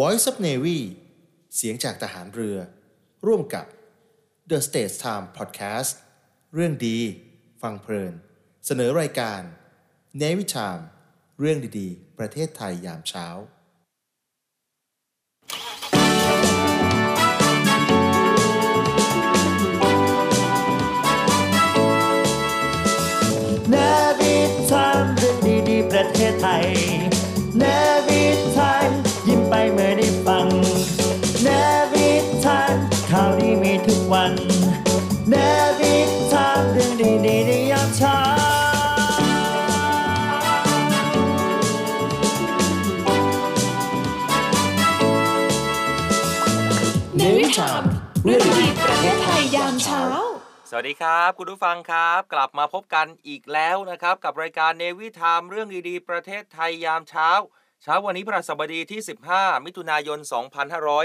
Voice of Navy เสียงจากทหารเรือ ร่วมกับ The States Time Podcast เรื่องดี ฟังเพลิน เสนอรายการ Navy Time เรื่องดีๆ ประเทศไทยยามเช้า นาวิทามเรื่องดีๆประเทศไทยนาวิทามยิ้มไปเมื่อได้ฟังนาวิทามข่าวดีมีทุกวันนาวิทามเรื่องดีๆในยามเช้า ในวิชามเรื่องดีประเทศไทยยามเช้า สวัสดีครับคุณผู้ฟังครับ กลับมาพบกันอีกแล้วนะครับ กับรายการเนวิทามเรื่องดีๆ ประเทศไทยยามเช้า เช้าวันนี้พระสบดีที่ 15 มิถุนายน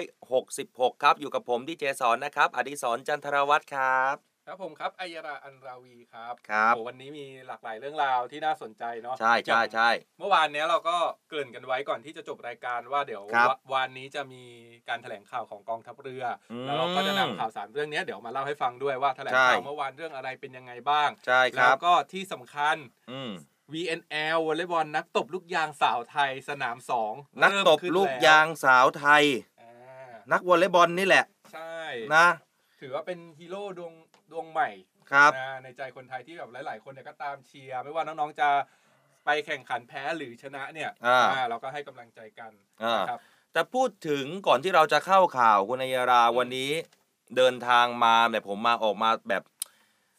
2566 ครับ อยู่กับผมดีเจสอนนะครับ อดิสรจันทรวัตรครับ ครับผมครับอัยราอันราวีครับ ครับ โอ้วันนี้มีหลากหลายเรื่องราวที่น่าสนใจเนาะ ใช่ใช่ อย่าง ใช่ เมื่อวานเนี้ยเราก็เกริ่นกันไว้ก่อนที่จะจบรายการว่าเดี๋ยว ครับ ววันนี้จะมีการแถลงข่าวของกองทัพเรือ อืม แล้วเราก็จะนำข่าวสารเรื่องเนี้ยเดี๋ยวมาเล่าให้ฟังด้วยว่าแถลงข่าว ใช่ เมื่อวานเรื่องอะไรเป็นยังไงบ้าง ใช่ค แล้ รั ว บ ก็ที่สำคัญ อืม VNL วอลเลย์บอลนักตบลูกยางสาวไทยสนามสอง นัก เริ่ม ตบ ขึ้น ลูก แวย างสาวไทย อ่า นักวอลเลย์บอลนี่แหละ ใช่ นะ ถือว่าเป็นฮีโร่ดวงดวงใหม่ ครับ อ่าในใจคนไทยที่แบบหลาย ๆ คนเนี่ยก็ตามเชียร์ไม่ว่าน้องๆจะไปแข่งขันแพ้หรือชนะเนี่ย อ่า อ่าเราก็ให้กำลังใจกัน อ่าน นะครับ แต่พูดถึงก่อนที่เราจะเข้าข่าวคุณอัยราวันนี้เดินทางมาแบบผมมาออกมาแบบ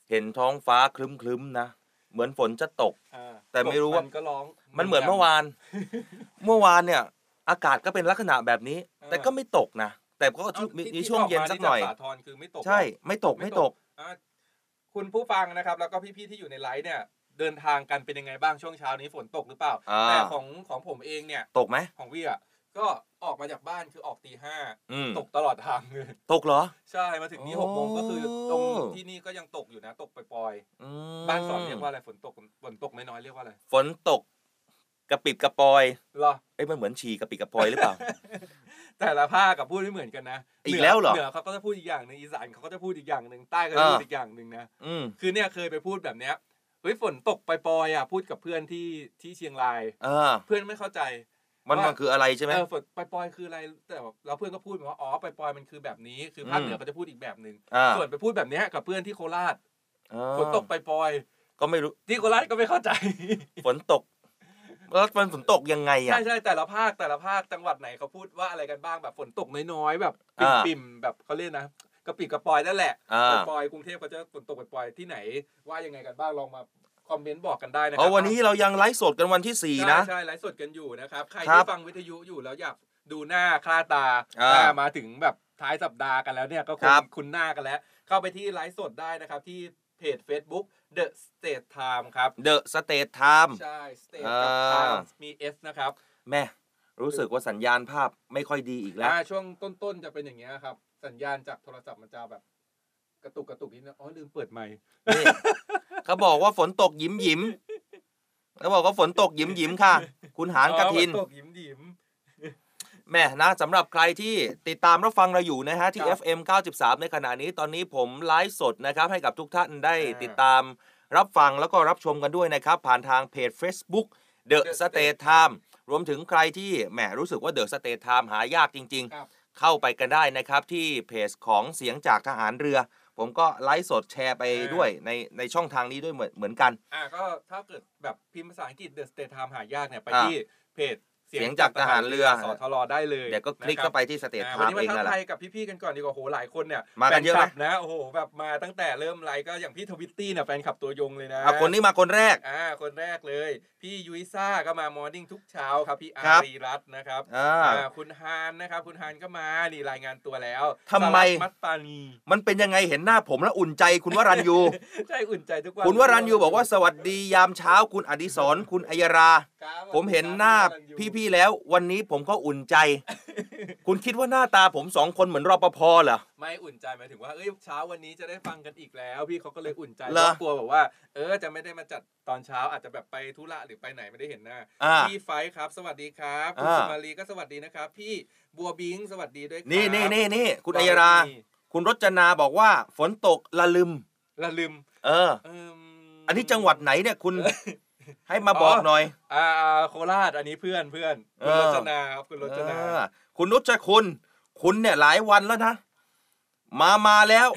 เห็นท้องฟ้าครึ้มๆนะ เหมือนฝนจะตก อ่า แต่ไม่รู้ว่า นก็ร้อง มันเหมือนเมื่อวาน เมื่อวานเนี่ย อากาศก็เป็นลักษณะแบบนี้ อ่า แต่ก็ไม่ตกนะ แต่ก็ เอา มี ที่ มี ที่ ช่วงเย็นสักหน่อย ที่จากสาทรคือไม่ตก ใช่ หรอ ไม่ตกไม่ตก อ่าคุณผู้ฟังนะครับ แล้วก็พี่ ๆ ที่อยู่ในไลฟ์เนี่ย เดินทางกันเป็นยังไงบ้างช่วงเช้านี้ฝนตกหรือเปล่า อ่า แต่ของของผมเองเนี่ย ตกไหม ของวี่อ่ะก็ออกมาจากบ้านคือออกตีห้า อืม ตกตลอดทางเลย ตกเหรอ ใช่มาถึงนี่หกโมงก็คือตรงที่นี่ก็ยังตกอยู่นะตกปล่อย อืม ๆบ้านสอนเรียกว่าอะไรฝนตกฝนตกน้อยๆเรียกว่าอะไร ฝนตกกระปิดกระปอย เหรอ เอ้ยมันเหมือนฉี่กระปิดกระปอยหรือเปล่า แต่ละภาคกับพูดไม่เหมือนกันนะ อีกแล้วเหรอ เหนือเขาก็จะพูดอีกอย่างหนึ่งอีสานเขาก็จะพูดอีกอย่างหนึ่งใต้ก็จะพูด อ่า อีกอย่างหนึ่งนะ อืม คือเนี่ยเคยไปพูดแบบเนี้ยเฮ้ยฝนตกปล่อยๆอ่ะพูดกับเพื่อนที่ที่เชียงราย เออ เพื่อนไม่เข้าใจ มันมันคืออะไรใช่ไหม เออฝนปล่อยๆคืออะไรแต่แบบเราเพื่อนก็พูดมาว่าอ๋อปล่อยๆมันคือแบบนี้คือภาค อืม เหนือเขาจะพูดอีกแบบหนึ่ง อ่า ส่วนไปพูดแบบเนี้ยกับเพื่อนที่โคราช เออ ฝนตกปล่อย ก็ไม่รู้ ๆที่โคราชก็ไม่เข้าใจ ฝนตก แล้วมันฝนตกยังไงอ่ะ ใช่ใช่แต่ละภาคแต่ละภาคจังหวัดไหนเขาพูดว่าอะไรกันบ้างแบบฝนตกน้อยๆแบบ อ่า ปิ่มๆแบบเขาเรียกนะกระปิดกระปอยนั่นแหละ อ่า กระปอยกรุงเทพเขาจะฝนตกกระปอยที่ไหน ว่ายังไงกันบ้างลองมาคอมเมนต์บอกกันได้นะค อ๋ รั อวันนี้เรายังไลฟ์สดกันวันที่สี่ ใช่ นะ ใช่ไลฟ์สดกันอยู่นะครับใคร ครั ที่ บ ฟังวิทยุอยู่แล้วอยากดูหน้าค่าตา อ่า หน้ามาถึงแบบท้ายสัปดาห์กันแล้วเนี่ยก็ค ค ง รับ คุ้นหน้ากันแล้ว เข้าไปที่ไลฟ์สดได้นะครับ ที่เพจ Facebook The State Time ครับ เดอะสเตทไทม์ ใช่ State กับ อ่า Time มี S นะครับ แม่รู้สึกว่าสัญญาณภาพไม่ค่อยดีอีกแล้ว อ่าช่วงต้นๆจะเป็นอย่างเงี้ยครับ สัญญาณจากโทรศัพท์มันจะแบบ กระตุกกระตุกนิดนึงอ๋อลืมเปิดไมค์ นี่เขาบอกว่าฝนตกหยิมหยิมเขาบอกว่าฝนตกหยิมหยิมค่ะ คุณหานกระทิน อ๋อตกยิ้มยิ้ม แม่นะสำหรับใครที่ติดตามรับฟังเราอยู่นะฮะ ที่ ครับ FM 93 ในขณะนี้ตอนนี้ผมไลฟ์สดนะครับ ให้กับทุกท่านได้ อ่า ติดตามรับฟังแล้วก็รับชมกันด้วยนะครับ ผ่านทางเพจ Facebook The The State State Time รวมถึงใครที่แหมรู้สึกว่า The State Time หายากจริง ครับ ๆ เข้าไปกันได้นะครับที่เพจของเสียงจากทหารเรือ ผมก็ไลฟ์สดแชร์ไปด้วยในในช่องทางนี้ด้วยเหมือนเหมือนกัน อ่าก็ถ้าเกิดแบบพิมพ์ภาษาอังกฤษ The State Time หายากเนี่ย ไป อ่า ที่เพจ เสียงจากทหารเรือ สอทรอได้เลย เดี๋ยวก็คลิก นะรับ เข้าไปที่สเตท อ่า ไท วัน ม์ นี้ เอ มางนั่ทันกแหละ ทายกับพี่ๆกันก่อนดีกว่าโหหลายคนเนี่ย มากันเยอะไหม แฟคลับนะโอ้โหแบบมาตั้งแต่เริ่มไลฟ์ก็อย่างพี่ทวิตตี้เนี่ยแฟนคลับตัวยงเลยนะ อ่ะคนนี้มาคนแรก อ่าคนแรกเลย พี่ยุ้ยซ่าก็มามอร์นิ่งทุกเช้าครับพี่อา ครับ รีรัตน์นะครับ อ่า อ่าคุณฮานนะครับ คุณฮานก็มานี่รายงานตัวแล้ว ทำไม สารัตมัตตานี มันเป็นยังไงเห็นหน้าผมแล้วอุ่นใจคุณวรันยู ใช่อุ่นใจทุกวัน คุณวรันยูบอกว่าสวัสดียามเช้าคุณอดิศรคุณอัยรา ครับ ผมเห็นหน้า ครับคุณวรัญยู พี่ๆแล้ว วันนี้ผมก็อุ่นใจ คุณคิดว่าหน้าตาผมสองคนเหมือนรปภเหรอ ไม่อุ่นใจหมายถึงว่าเอ้ยเช้าวันนี้จะได้ฟังกันอีกแล้ว พี่เขาก็เลยอุ่นใจ เหรอ เพราะกลัวแบบว่า เออจะไม่ได้มาจัดตอนเช้าอาจจะแบบไปธุระหรือไปไหนไม่ได้เห็นหน้า อ่า พี่ไฟท์ครับ สวัสดีครับคุณ อ่า สมารีก็สวัสดีนะครับ พี่บัวบิงสวัสดีด้วยครับ นี่นี่นี่นี่คุณอัยรา เราไม่มี คุณรจนาบอกว่าฝนตกละลึม ละลืม เออ เอิ่ม อันนี้จังหวัดไหนเนี่ยคุณ ให้มาบอก อ๋อ หน่อย อ่าโคราชอันนี้เพื่อนเพื่อนคุณ เออ รจนาครับคุณรจนา เออคุณนุชคุณ คุณเนี่ยหลายวันแล้วนะ มามา แล้ว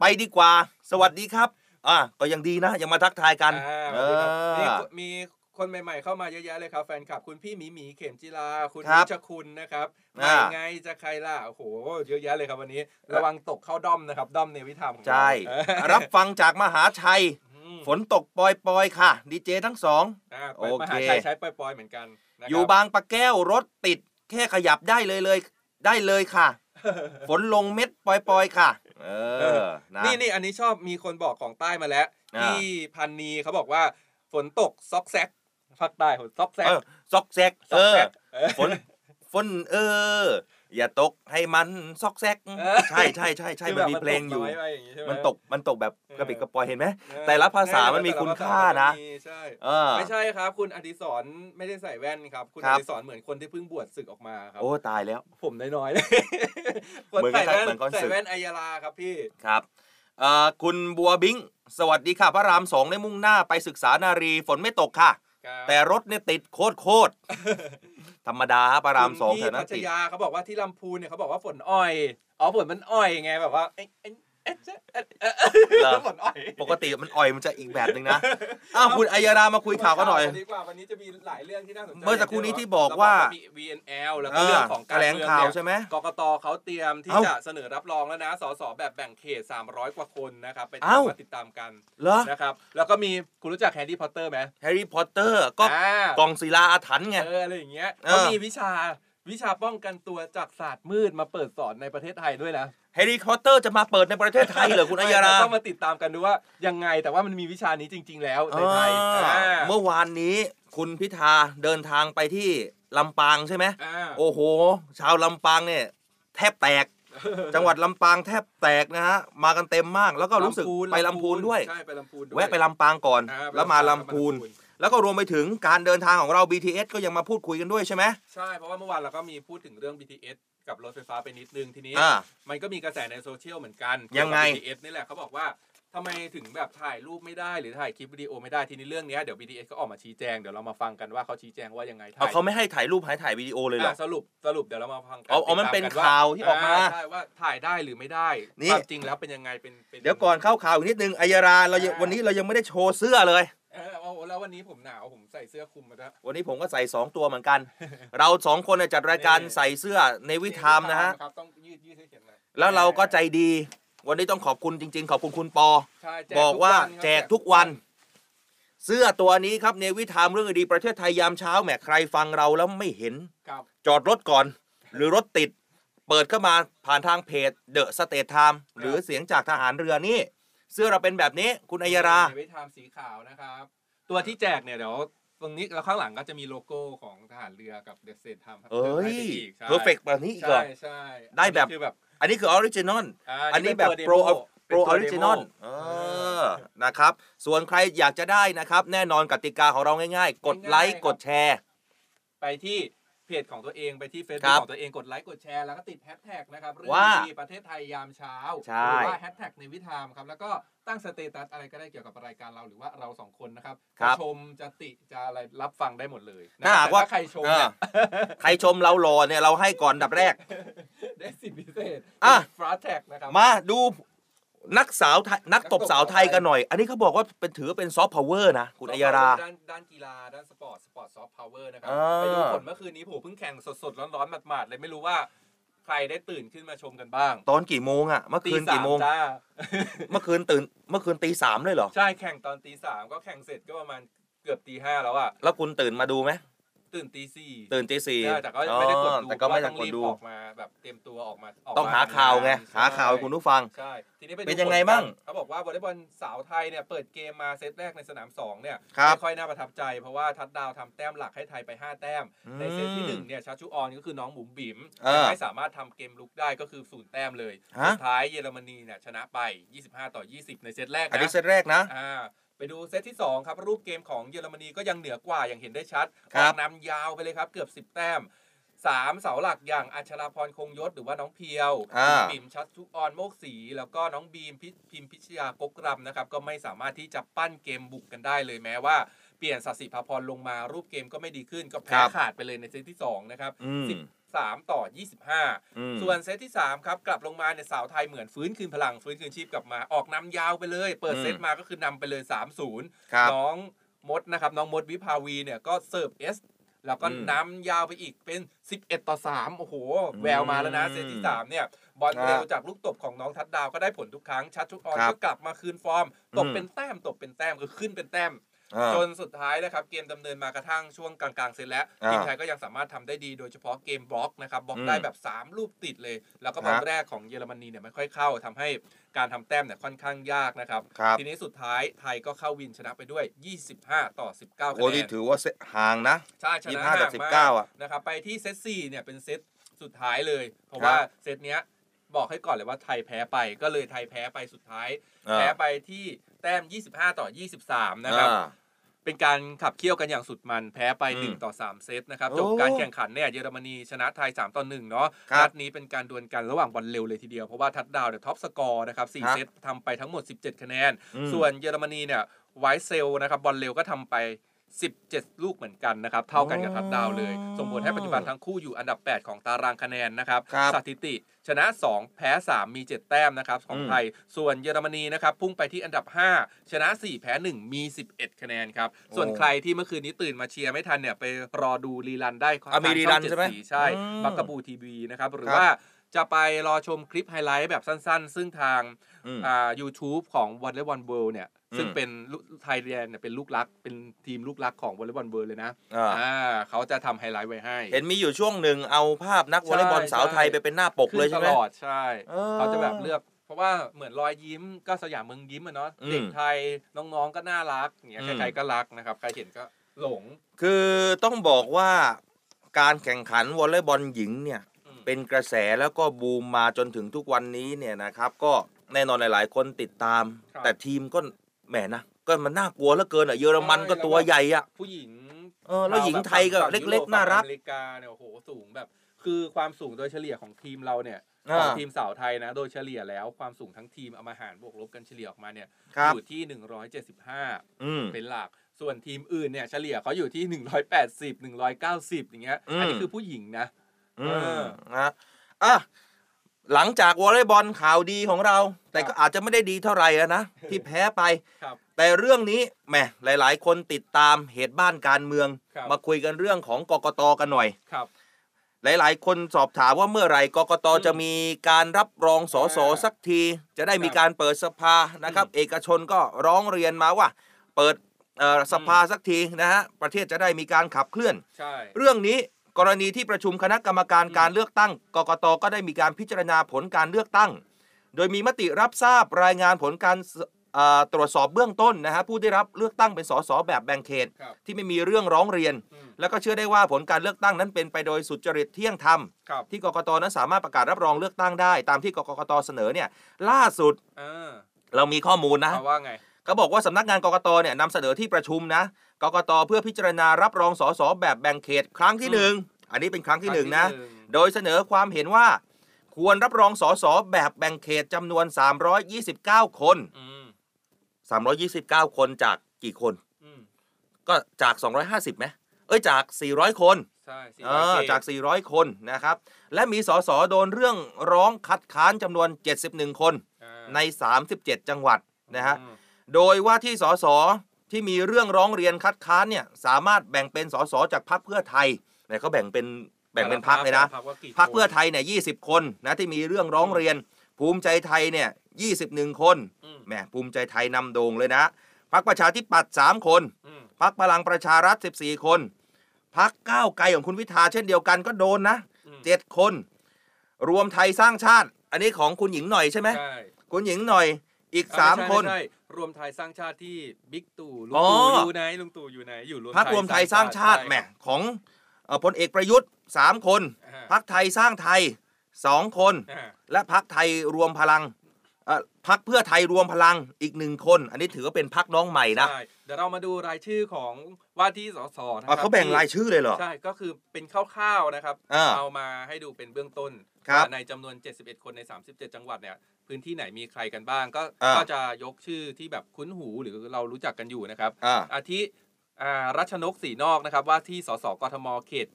ไปดีกว่า สวัสดีครับ อ่ะก็ยังดีนะ ยังมาทักทายกัน อ่า เอ นี่ อ มีคนใหม่ๆ เข้ามาเยอะแยะเลยครับแฟนคลับคุณพี่หมีหมีเข็มจิลาคุณ ครั นิ บ ชคุณนะครับ อ่า ไม่ไงจะใครล่ะโอ้โหเยอะแยะเลยครับวันนี้ ระวังตกเข้าด้อมนะครับด้อมในวิธามของเรา ใช่ เออ รับฟังจากมหาชัย อืม ฝนตกปล่อยๆค่ะ ดีเจทั้งสอง อ่าไป โอเค มหาชัยใช้ปล่อยๆเหมือนกันนะครั อยู่บางปะแก้วรถติด แค่ขยับได้เลยเลย ได้เลย ค่ะ ฝนลงเม็ดปล่อยๆค่ะ เอ เอ อ อ นะ นี่นี่อันนี้ชอบมีคนบอกของใต้มาแล้ว อ่า ที่พันนีเขาบอกว่าฝนตกซอกแซกภาคใต้ฝนซอกแซก เออซอกแซก ซ เอ อก อ แซกเออ ฝน ฝนเออ อย่าตกให้มันซอกแซก เออ ใช่ใช่ใช่ใช่ คือ มัน แบบ มีเพลงอยู่ ตกน้ไปางงี้ใช่ไห มันตกมันตกแบบกระปิดกระปอยเห็นไหม เออ แต่ละภาษา ใช่ มันมี แต่ละ คุณ ภษ ค่า มั นะ มีใช่ เออ ไม่ใช่ครับ คุณอดิศรไม่ได้ใส่แว่นครับ คุณ ค อ รับ ดิศรเหมือนคนที่เพิ่งบวชศึกออกมาครับ โอ้ตายแล้ว ผมน้อยๆเลย เหมือนกับ ใส่แว่น เหมือนคนศึก ใส่แว่นอัยยาลาครับพี่ ครับเอ่อคุณบัวบิงสวัสดีค่ะ พระรามสองได้มุ่งหน้าไปศึกษานารี ฝนไม่ตกค่ะ ครับ แต่รถเนี่ยติดโคตรโคตร ธรรมดาพระรามสอง คุณ แถวพี่นั้ พั น ช ติด ยาเขาบอกว่าที่ลำพูนเนี่ยเขาบอกว่าฝนอ่อยอ๋อฝนมันอ่อยไงแบบว่าเอ๊ะเอ๊ะเอ๊ะเอ๊ะเอ๊ะ เหรอ ฝนอ่อย ปกติมันอ่อยมันจะอีกแบบหนึ่ง นะ อ้าวคุณอัยรามาคุยข่าวกันหน่อย ดีกว่าวันนี้จะมีหลายเรื่องที่น่าสนใจ เมื่อสักครู่นี้ที่บอกว่า เรมี VNL แล้วก็เรื่องของการ แถลงข่าว เมือเนี่ย ใช่ไหม กกตเขาเตรียมที่ เอ้า จะเสนอรับรองแล้วนะ สสแบบแบ่งเขต 300 กว่าคนนะครับ ไป เอ้า ติดตามกัน เหรอ นะครับ แล้วก็มีคุณรู้จักแฮร์รี่พอตเตอร์ไหม แฮร์รี่พอตเตอร์ก็ อ่าก องศิลาอาถรรพ์ไง เอออะไรอย่างเงี้ย เออ เขามีวิชาวิชาป้องกันตัวจากศาสตร์มืดมาเปิดสอนในประเทศไทยด้วยนะ แฮร์รี่พอตเตอร์จะมาเปิดในประเทศไทยเหรอคุณอัยรา เต้องมาติดตามกันดูว่ายังไงแต่ว่ามันมีวิชานี้จริง ๆ แล้วในไทย อ่า อ่า เมื่อวานนี้คุณพิธาเดินทางไปที่ลำปางใช่ไหม อ่า โอ้โห ชาวลำปางเนี่ยแทบแตก จังหวัดลำปางแทบแตกนะฮะ มากันเต็มมาก แล้วก็รู้สึกไปลำพูนด้วย ใช่ไปลำพูนด้วย แวะไปลำปางก่อน อ่ แล้วมาลำพูน แล้วก็รวมไปถึงการเดินทางของเรา BTS ก็ยังมาพูดคุยกันด้วยใช่ไหม ใช่เพราะว่าเมื่อวานเราก็มีพูดถึงเรื่อง BTS กับรถไฟฟ้าไปนิดนึงทีนี้ อ่า มันก็มีกระแสในโซเชียลเหมือนกัน ยังไง เกี่วกับ BTS นี่แหละเขาบอกว่าทำไมถึงแบบถ่ายรูปไม่ได้หรือถ่ายคลิปวิดีโอไม่ได้ทีนี้เรื่องเนี้ยเดี๋ยว BTS ก็ออกมาชี้แจงเดี๋ยวเรามาฟังกันว่าเขาชี้แจงว่ายังไง เอา ถ่าย เขาไม่ให้ถ่ายรูปให้ถ่ายวิดีโอเลยเหรอ อ่ะสรุปสรุปเดี๋ยวเรามาฟังกั เอาเอามัน ติดต เป็น กัว่ ข่าวที่ออกมา ใช่ว่าถ่ายได้หรือไม่ได้ นี่ ความจริงแล้วเป็นยังไงเป็นป็ เดี๋ยวก่อนเข้าข่าวอีกนิดนึงอัยราเรายัง อ่า วันนี้เรายังไม่ได้โชว์เสื้อเลย เออโอ้โหแล้ววันนี้ผมหนาวผมใส่เสื้อคลุมมาแล้วย วันนี้ผมก็ใส่ 2 ตัวเหมื อนกัน เราสองคนเนี่ยจัดรายการ นี่ ใส่เสื้อในวิธามนะฮะ ครับต้องยืดยืดให้เห็นหน่อย แล้วเราก็ใจดี วันนี้ต้องขอบคุณจริง ๆ ขอบคุณคุณปอ ใช่แจ บอกว่า ทุนครั แจกทุกวัน เสื้อตัวนี้ครับในวิธามเรื่องดีประเทศไทยยามเช้าแหมใครฟังเราแล้วไม่เห็น ครับ จอดรถก่อน หรือรถติด เปิดเข้ามาผ่านทางเพจเดอะสเตทไทม์หรือเสียงจากทหารเรือนี่ เสื้อเราเป็นแบบนี้คุณอัยรา เวทามสีขาวนะครับ ตัวที่แจกเนี่ยเดี๋ยวตรงนี้แล้วข้างหลังก็จะมีโลโก้ของทหารเรือกับเดอะเซนทาม เอ้ยเพอร์เฟกแบบนี้อีกเหร ใช่ อ ใช่ ได้แบบ อันนี้คือแบบ อันนี้คือออริจินอล า อันนี้แบบ เป็ตัว โปร demo โปรออริจินอล เป็ตัว เออ อ นะครับ ส่วนใครอยากจะได้นะครับ แน่นอนกติกาของเราง่ายๆ กด ง่ายๆ ไลค์ ครับ กดแชร์ demo ไปที่เพจของตัวเองไปที่เฟซ ครับบุ๊กของตัวเองกดไลค์กดแชร์แล้วก็ติดแฮชแท็กนะครับเรื่อง ว่า ดีๆประเทศไทยยามเช้า ใช่ หรือว่าแฮชแท็กในวิธามครับแล้วก็ตั้งสเตตัสอะไรก็ได้เกี่ยวกับรายการเราหรือว่าเราสองคนนะครับจะชมจะติจะอะไรรับฟังได้หมดเลยนะ ถ้าหากว่า แต่ใครชม เอ เนี่ อย ใครชมเราหล่อเนี่ย เราให้ก่อนอันดับแรก ได้สิทธิพิเศษ อ่ะ ฟราแท็กนะครับ มาดูนักสาวไทยนักตบสาวไทยกันหน่อย อันนี้เขาบอกว่าเป็นถือเป็นซอฟต์พาวเวอร์นะ คุณอัยรา ด้านด้านกีฬาด้านสปอร์ต สปอร์ตซอฟต์พาวเวอร์นะครั อ่า ไปดูผลเมื่อคืนนี้ผมเพิ่งแข่งสดๆ ร้อนๆหมาดๆเลยไม่รู้ว่า ใครได้ตื่นขึ้นมาชมกันบ้าง ตอนกี่โมงอะเมื่อ ตี คืน สา กี่ ม โมง จ้า เมื่อคืนตื่น เมื่อคืนตีสามเลยเหรอ ใช่แข่งตอนตีสามก็แข่งเสร็จก็ประมาณเกือบตีห้าแล้วอ่ะ แล้วคุณตื่นมาดูไหม ตื่นตีสี่ ตื่นตีสี่ ใช่แต่ก็ไม่ได้กดดู แต่ก็ไม่ได้ อง กด รีบ ดู ออกมาแบบเตรียมตัวออกมาก ต้อง ม หาข่าวไง ทำน หาข่าวให้ ใช่ คุณผู้ฟัง ใช่ ทีนี้ไปดู เป็นยังไงบ้าง ผลกันเขาบอกว่าวอลเลย์บอลสาวไทยเนี่ยเปิดเกมมาเซตแรกในสนาม 2 เนี่ย ครับ ไม่ค่อยน่าประทับใจ เพราะว่าทัดดาวทำแต้มหลักให้ไทยไป 5 แต้ม อืม ในเซตที่1เนี่ยชาชูออนก็คือน้องบุ๋มบิ๋ม เออ ไม่สามารถทำเกมลุกได้ก็คือศูนย์แต้มเลย ฮะ สุดท้ายเยอรมนีเนี่ยชนะไป 25 ต่อ 20 ในเซตแรก อันนี้ นะ เซตแรกนะ อ่าไปดูเซตที่ 2 ครับ รูปเกมของเยอรมนีก็ยังเหนือกว่าอย่างเห็นได้ชัด ครั ออบ กนำยาวไปเลยครับเกือบ 10 แต้มสามเสาหลักอย่างอัชราพรคงยศหรือว่าน้องเพียว อ่า ปิ่มชัดทุออนโมกศรีแล้วก็น้องบีมพิพิมพิชยากกรำนะครับ ก็ไม่สามารถที่จะปั้นเกมบุกกันได้เลยแม้ว่า เปลี่ยนสัสิภาพรลงมารูปเกมก็ไม่ดีขึ้น ก็คแพ้รับ ขาดไปเลยในเซตที่ 2 นะครับ อืม 13 ต่อ 25 อืม ส่วนเซตที่ 3 ครับ กลับลงมาในยสาวไทยเหมือนฟื้นคืนพลัง ฟื้นคืนชีพกลับมาออกนำยาวไปเลย เปิด อืม เซตมาก็คือนำไปเลย 3-0 ครับ น้องมดนะครับน้องมดวิภาวีเนี่ยก็เสิร์ฟเอสแล้วก็ อืม นำยาวไปอีกเป็น 11 ต่อ 3 โอ้โห แววมาแล้วนะ อืม เซตที่ 3 เนี่ย บอลเร็วจากลูกตบของน้องทัดดาวก็ได้ผลทุกครั้ง ชัดทุกออน ครับ ก็กลับมาคืนฟอร์ม ตบ อืม เป็นแต้ม ตบเป็นแต้มคือขึ้นเป็นแต้ม อ่า จนสุดท้ายนะครับ เกมดำเนินมากระทั่งช่วงกลางๆ เสร็จแล้ว อ่า ทีมไทยก็ยังสามารถทำได้ดีโดยเฉพาะเกมบล็อกนะครับบล็อกได้ อืม แบบ 3 ลูกติดเลย แล้วก็บอล ฮะ แรกของเยอรมนีเนี่ยไม่ค่อยเข้าทำให้การทำแต้มเนี่ยค่อนข้างยากนะครับ ครับ ทีนี้สุดท้ายไทยก็เข้าวินชนะไปด้วย 25 ต่อ 19คะ โอ้ แน ที่ น ถือว่าเซตห่างนะ ใช่ชนะ 25ต่อ ม 19อะ นะครับไปที่เซต4เนี่ยเป็นเซตสุดท้ายเลย เพราะ ครับ ว่าเซตเนี้ยบอกให้ก่อนเลยว่าไทยแพ้ไปก็เลยไทยแพ้ไปสุดท้าย อ่า แพ้ไปที่แต้ม 25 ต่อ 23 นะครับ อ่า เป็นการขับเคี่ยวกันอย่างสุดมันแพ้ไป อืม 1 ต่อ 3 เซตนะครับ โอ้ จบการแข่งขันเนี่ยเยอรมนีชนะไทย 3 ต่อ 1 เนาะ ครับ นัดนี้เป็นการดวลกันระหว่างบอลเร็วเลยทีเดียว เพราะว่าทัดดาวเนี่ยท็อปสกอร์นะครับ ครั 4 บ เซตทำไปทั้งหมด 17 คะแนน อืม ส่วนเยอรมนีเนี่ยไวท์เซลนะครับบอลเร็วก็ทำไป 17 ลูกเหมือนกันนะครับ เท่ากันกับทัดดาวเลย ส่งผลให้ปัจจุบันทั้งคู่อยู่อันดับ 8 ของตารางคะแนนนะครับ ครับ สถิติชนะ 2 แพ้ 3 มี 7 แต้มนะครับของ อืม ไทย ส่วนเยอรมนีนะครับพุ่งไปที่อันดับ 5 ชนะ 4 แพ้ 1 มี 11 คะแนนครับ ส่วนใครที่เมื่อคืนนี้ตื่นมาเชียร์ไม่ทันเนี่ยไปรอดูรีรันได้ อ่ะมีรีทางช่ รั อง น เจ็ด ใช่ไหม สีใช่ อืม บักกะบูทีวีนะครับ หรือ ครับ ว่าจะไปรอชมคลิปไฮไลท์แบบสั้นๆ ซึ่งทาง อืม อ่า YouTube ของวอลเลย์บอลเวิลด์เนี่ย ซึ่ง อืม เป็นลูกไทยแลนด์เนี่ยเป็นลูกรัก เป็นทีมลูกรักของวอลเลย์บอลเวิลด์เลยนะ อ่า อ่าเขาจะทำไฮไลท์ไว้ให้ เห็นมีอยู่ช่วงหนึ่งเอาภาพนักวอลเลย์บอลสาวไทยไปเป็นหน้าปกเลยใช่ไหม ขึ้นตลอดใช่ เออ เขาจะแบบเลือก เพราะว่าเหมือนรอยยิ้มก็สยามเมืองยิ้มอะเนาะ อืม เด็กไทยน้องๆก็น่ารักอย่างเงี้ย อืม ใครๆก็รักนะครับใครเห็นก็หลง คือต้องบอกว่าการแข่งขันวอลเลย์บอลหญิงเนี่ย อืม เป็นกระแสแล้วก็บูมมาจนถึงทุกวันนี้เนี่ยนะครับ ก็แน่นอนหลาย ๆ คนติดตาม ครับ แต่ทีมก็แหมนะ ก็มันน่ากลัวเหลือเกินอ่ะเยอรมันก็ตัวใหญ่อ่ะ ผู้หญิง เออแล้วหญิงไทยก็เล็ก ๆ น่ารัก อเมริกาเนี่ยโอ้โหสูงแบบ คือความสูงโดยเฉลี่ยของทีมเราเนี่ย อ่า ของทีมสาวไทยนะ โดยเฉลี่ยแล้วความสูงทั้งทีมเอามาหารบวกลบกันเฉลี่ยออกมาเนี่ย ครับ อยู่ที่ 175 อืม เป็นหลัก ส่วนทีมอื่นเนี่ยเฉลี่ยเขาอยู่ที่ 180 190 อย่างเงี้ย อืม อันนี้คือผู้หญิงนะ อื เอ ม อ นะอ่ะหลังจากวอลเลย์บอลข่าวดีของเรา แต่ ครั ก็ บ อาจจะไม่ได้ดีเท่าไหร่อะนะ ที่แพ้ไป ครับ แต่เรื่องนี้แหมหลาย ๆ คนติดตามเหตุบ้านการเมือง ครับ มาคุยกันเรื่องของกกตกันหน่อย ครับ หลาย ๆ คนสอบถามว่าเมื่อไหร่กกต อืม จะมีการรับรองสส อ่า สักที จะได้มี ครับ การเปิดสภานะครับ เอกชนก็ร้องเรียนมาว่า เปิดเอ่อสภาสักทีนะฮะประเทศจะได้มีการขับเคลื่อน ใช่ เรื่องนี้กรณีที่ประชุมคณะกรรมการการเลือกตั้ง กกตก็ได้มีการพิจารณาผลการเลือกตั้ง โดยมีมติรับทราบรายงานผลการสเอ่อตรวจสอบเบื้องต้นนะฮะผู้ได้รับเลือกตั้งเป็นสสแบบแบ่งเขต ครับ ที่ไม่มีเรื่องร้องเรียน อืม แล้วก็เชื่อได้ว่าผลการเลือกตั้งนั้นเป็นไปโดยสุจริตเที่ยงธรรม ครับ ที่กกตนั้นสามารถประกาศรับรองเลือกตั้งได้ ตามที่กกตเสนอเนี่ยล่าสุด อ่า เรามีข้อมูลนะ เขาว่าไง เขาบอกว่าสำนักงานกกตเนี่ยนำเสนอที่ประชุมนะกกตเพื่อพิจารณารับรองสสแบบแบ่งเขตครั้งที่หนึ่งอันนี้เป็นครั้งที่หนึ่งนะ ครั้งที่หนึ่ง โดยเสนอความเห็นว่า ควรรับรองสสแบบแบ่งเขตจำนวน 329 คน อืม 329 คนจากกี่คน อืม ก็จาก 250ไหมเอ้ยจาก 400 คน ใช่สี่ เอ ร้อย อ เขต จาก 400 คนนะครับ และมีสสโดนเรื่องร้องคัดค้านจำนวน 71 คน อ่า ใน 37 จังหวัดนะฮะ อืม โดยว่าที่สสที่มีเรื่องร้องเรียนคัดค้านเนี่ยสามารถแบ่งเป็นสสจากพักเพื่อไทยเนี่ยเขาแบ่งเป็นแบ่งเป็นพักเลยนะ แต่ว่ากี่ พักเพื่อ คน ไทยเนี่ยยีคนนะที่มีเรื่องร้องเรียน ภูมิใจไทยเนี่ยยีคน อืม แหมภูมิใจไทยนำโด่งเลยนะพักประชาธิปัตย์สามคน อืม พักพลังประชารัฐ 14 คน พักก้าวไกลของคุณพิธาเช่นเดียวกันก็โดนนะ อืม เจ็ดคน รวมไทยสร้างชาติ อันนี้ของคุณหญิงหน่อยใช่ไหม ใช่ คุณหญิงหน่อยอีก อ่ะ สาม ไใช่ คน ไใช่รวมไทยสร้างชาติที่บิ๊กตู่ลุง อ๋อ ตู่อยู่ไหนลุงตู่อยู่ไหนอยู่รวม พักรวมไทยสร้างชาติ ใ แหมของเอ่อพลเอกประยุทธ์สามคน อ่า พักไทยสร้างไทยสองคน อ่า และพักไทยรวมพลังเอ่อพักเพื่อไทยรวมพลังอีกหนึ่งคน อันนี้ถือว่าเป็นพักน้องใหม่นะ ใช่เดี๋ยวเรามาดูรายชื่อของว่าที่สสนะค อ๋อ รับ เขาแบ่ง ที่ รายชื่อเลยเหรอ ใช่ ก็คือเป็นคร่าวๆนะครับ อ่า เอามาให้ดูเป็นเบื้องต้น ครับ ว่าในจำนวน 71 คนใน 37 จังหวัดเนี่ย พื้นที่ไหนมีใครกันบ้าง ก็ อ่า ก็จะยกชื่อที่แบบคุ้นหูหรือเรารู้จักกันอยู่นะครับ อ่า อาทิอ่ารัชนกสีนอกนะครับ ว่าที่สสกทมเขต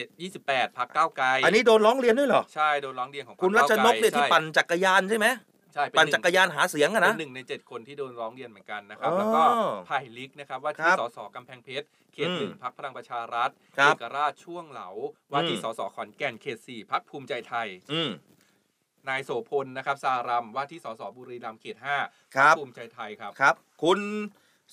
27 28พักก้าวไกล อันนี้โดนร้องเรียนด้วยเหรอ ใช่โดนร้องเรียนของพรร คุณรัชนกเนี่ย ก้าวไกล ที่ ใช่ ปั่นจักรยานใช่ไหม ใช่เป็ ปั่น หง จักรยานหาเสียงอะนะ เป็นหนึ่งใน 7 คนที่โดนร้องเรียนเหมือนกันนะครับ อ๋อ แล้วก็ไผ่ลิกนะครับ ว่า ค ที่ รับ สสกำแพงเพชรเขต อืม หนึ่งพักพลังประชารัฐ ครับ เอกราชช่วงเหลา ว่าที่ อืม สสขอนแก่นเขตสี่พักภูมิใจไทย อืม นายโสพลนะครับสารัมว่าที่สสบุรีรัมย์เขตห้า ครับ ภูมิใจไทยครับ ครับ คุณ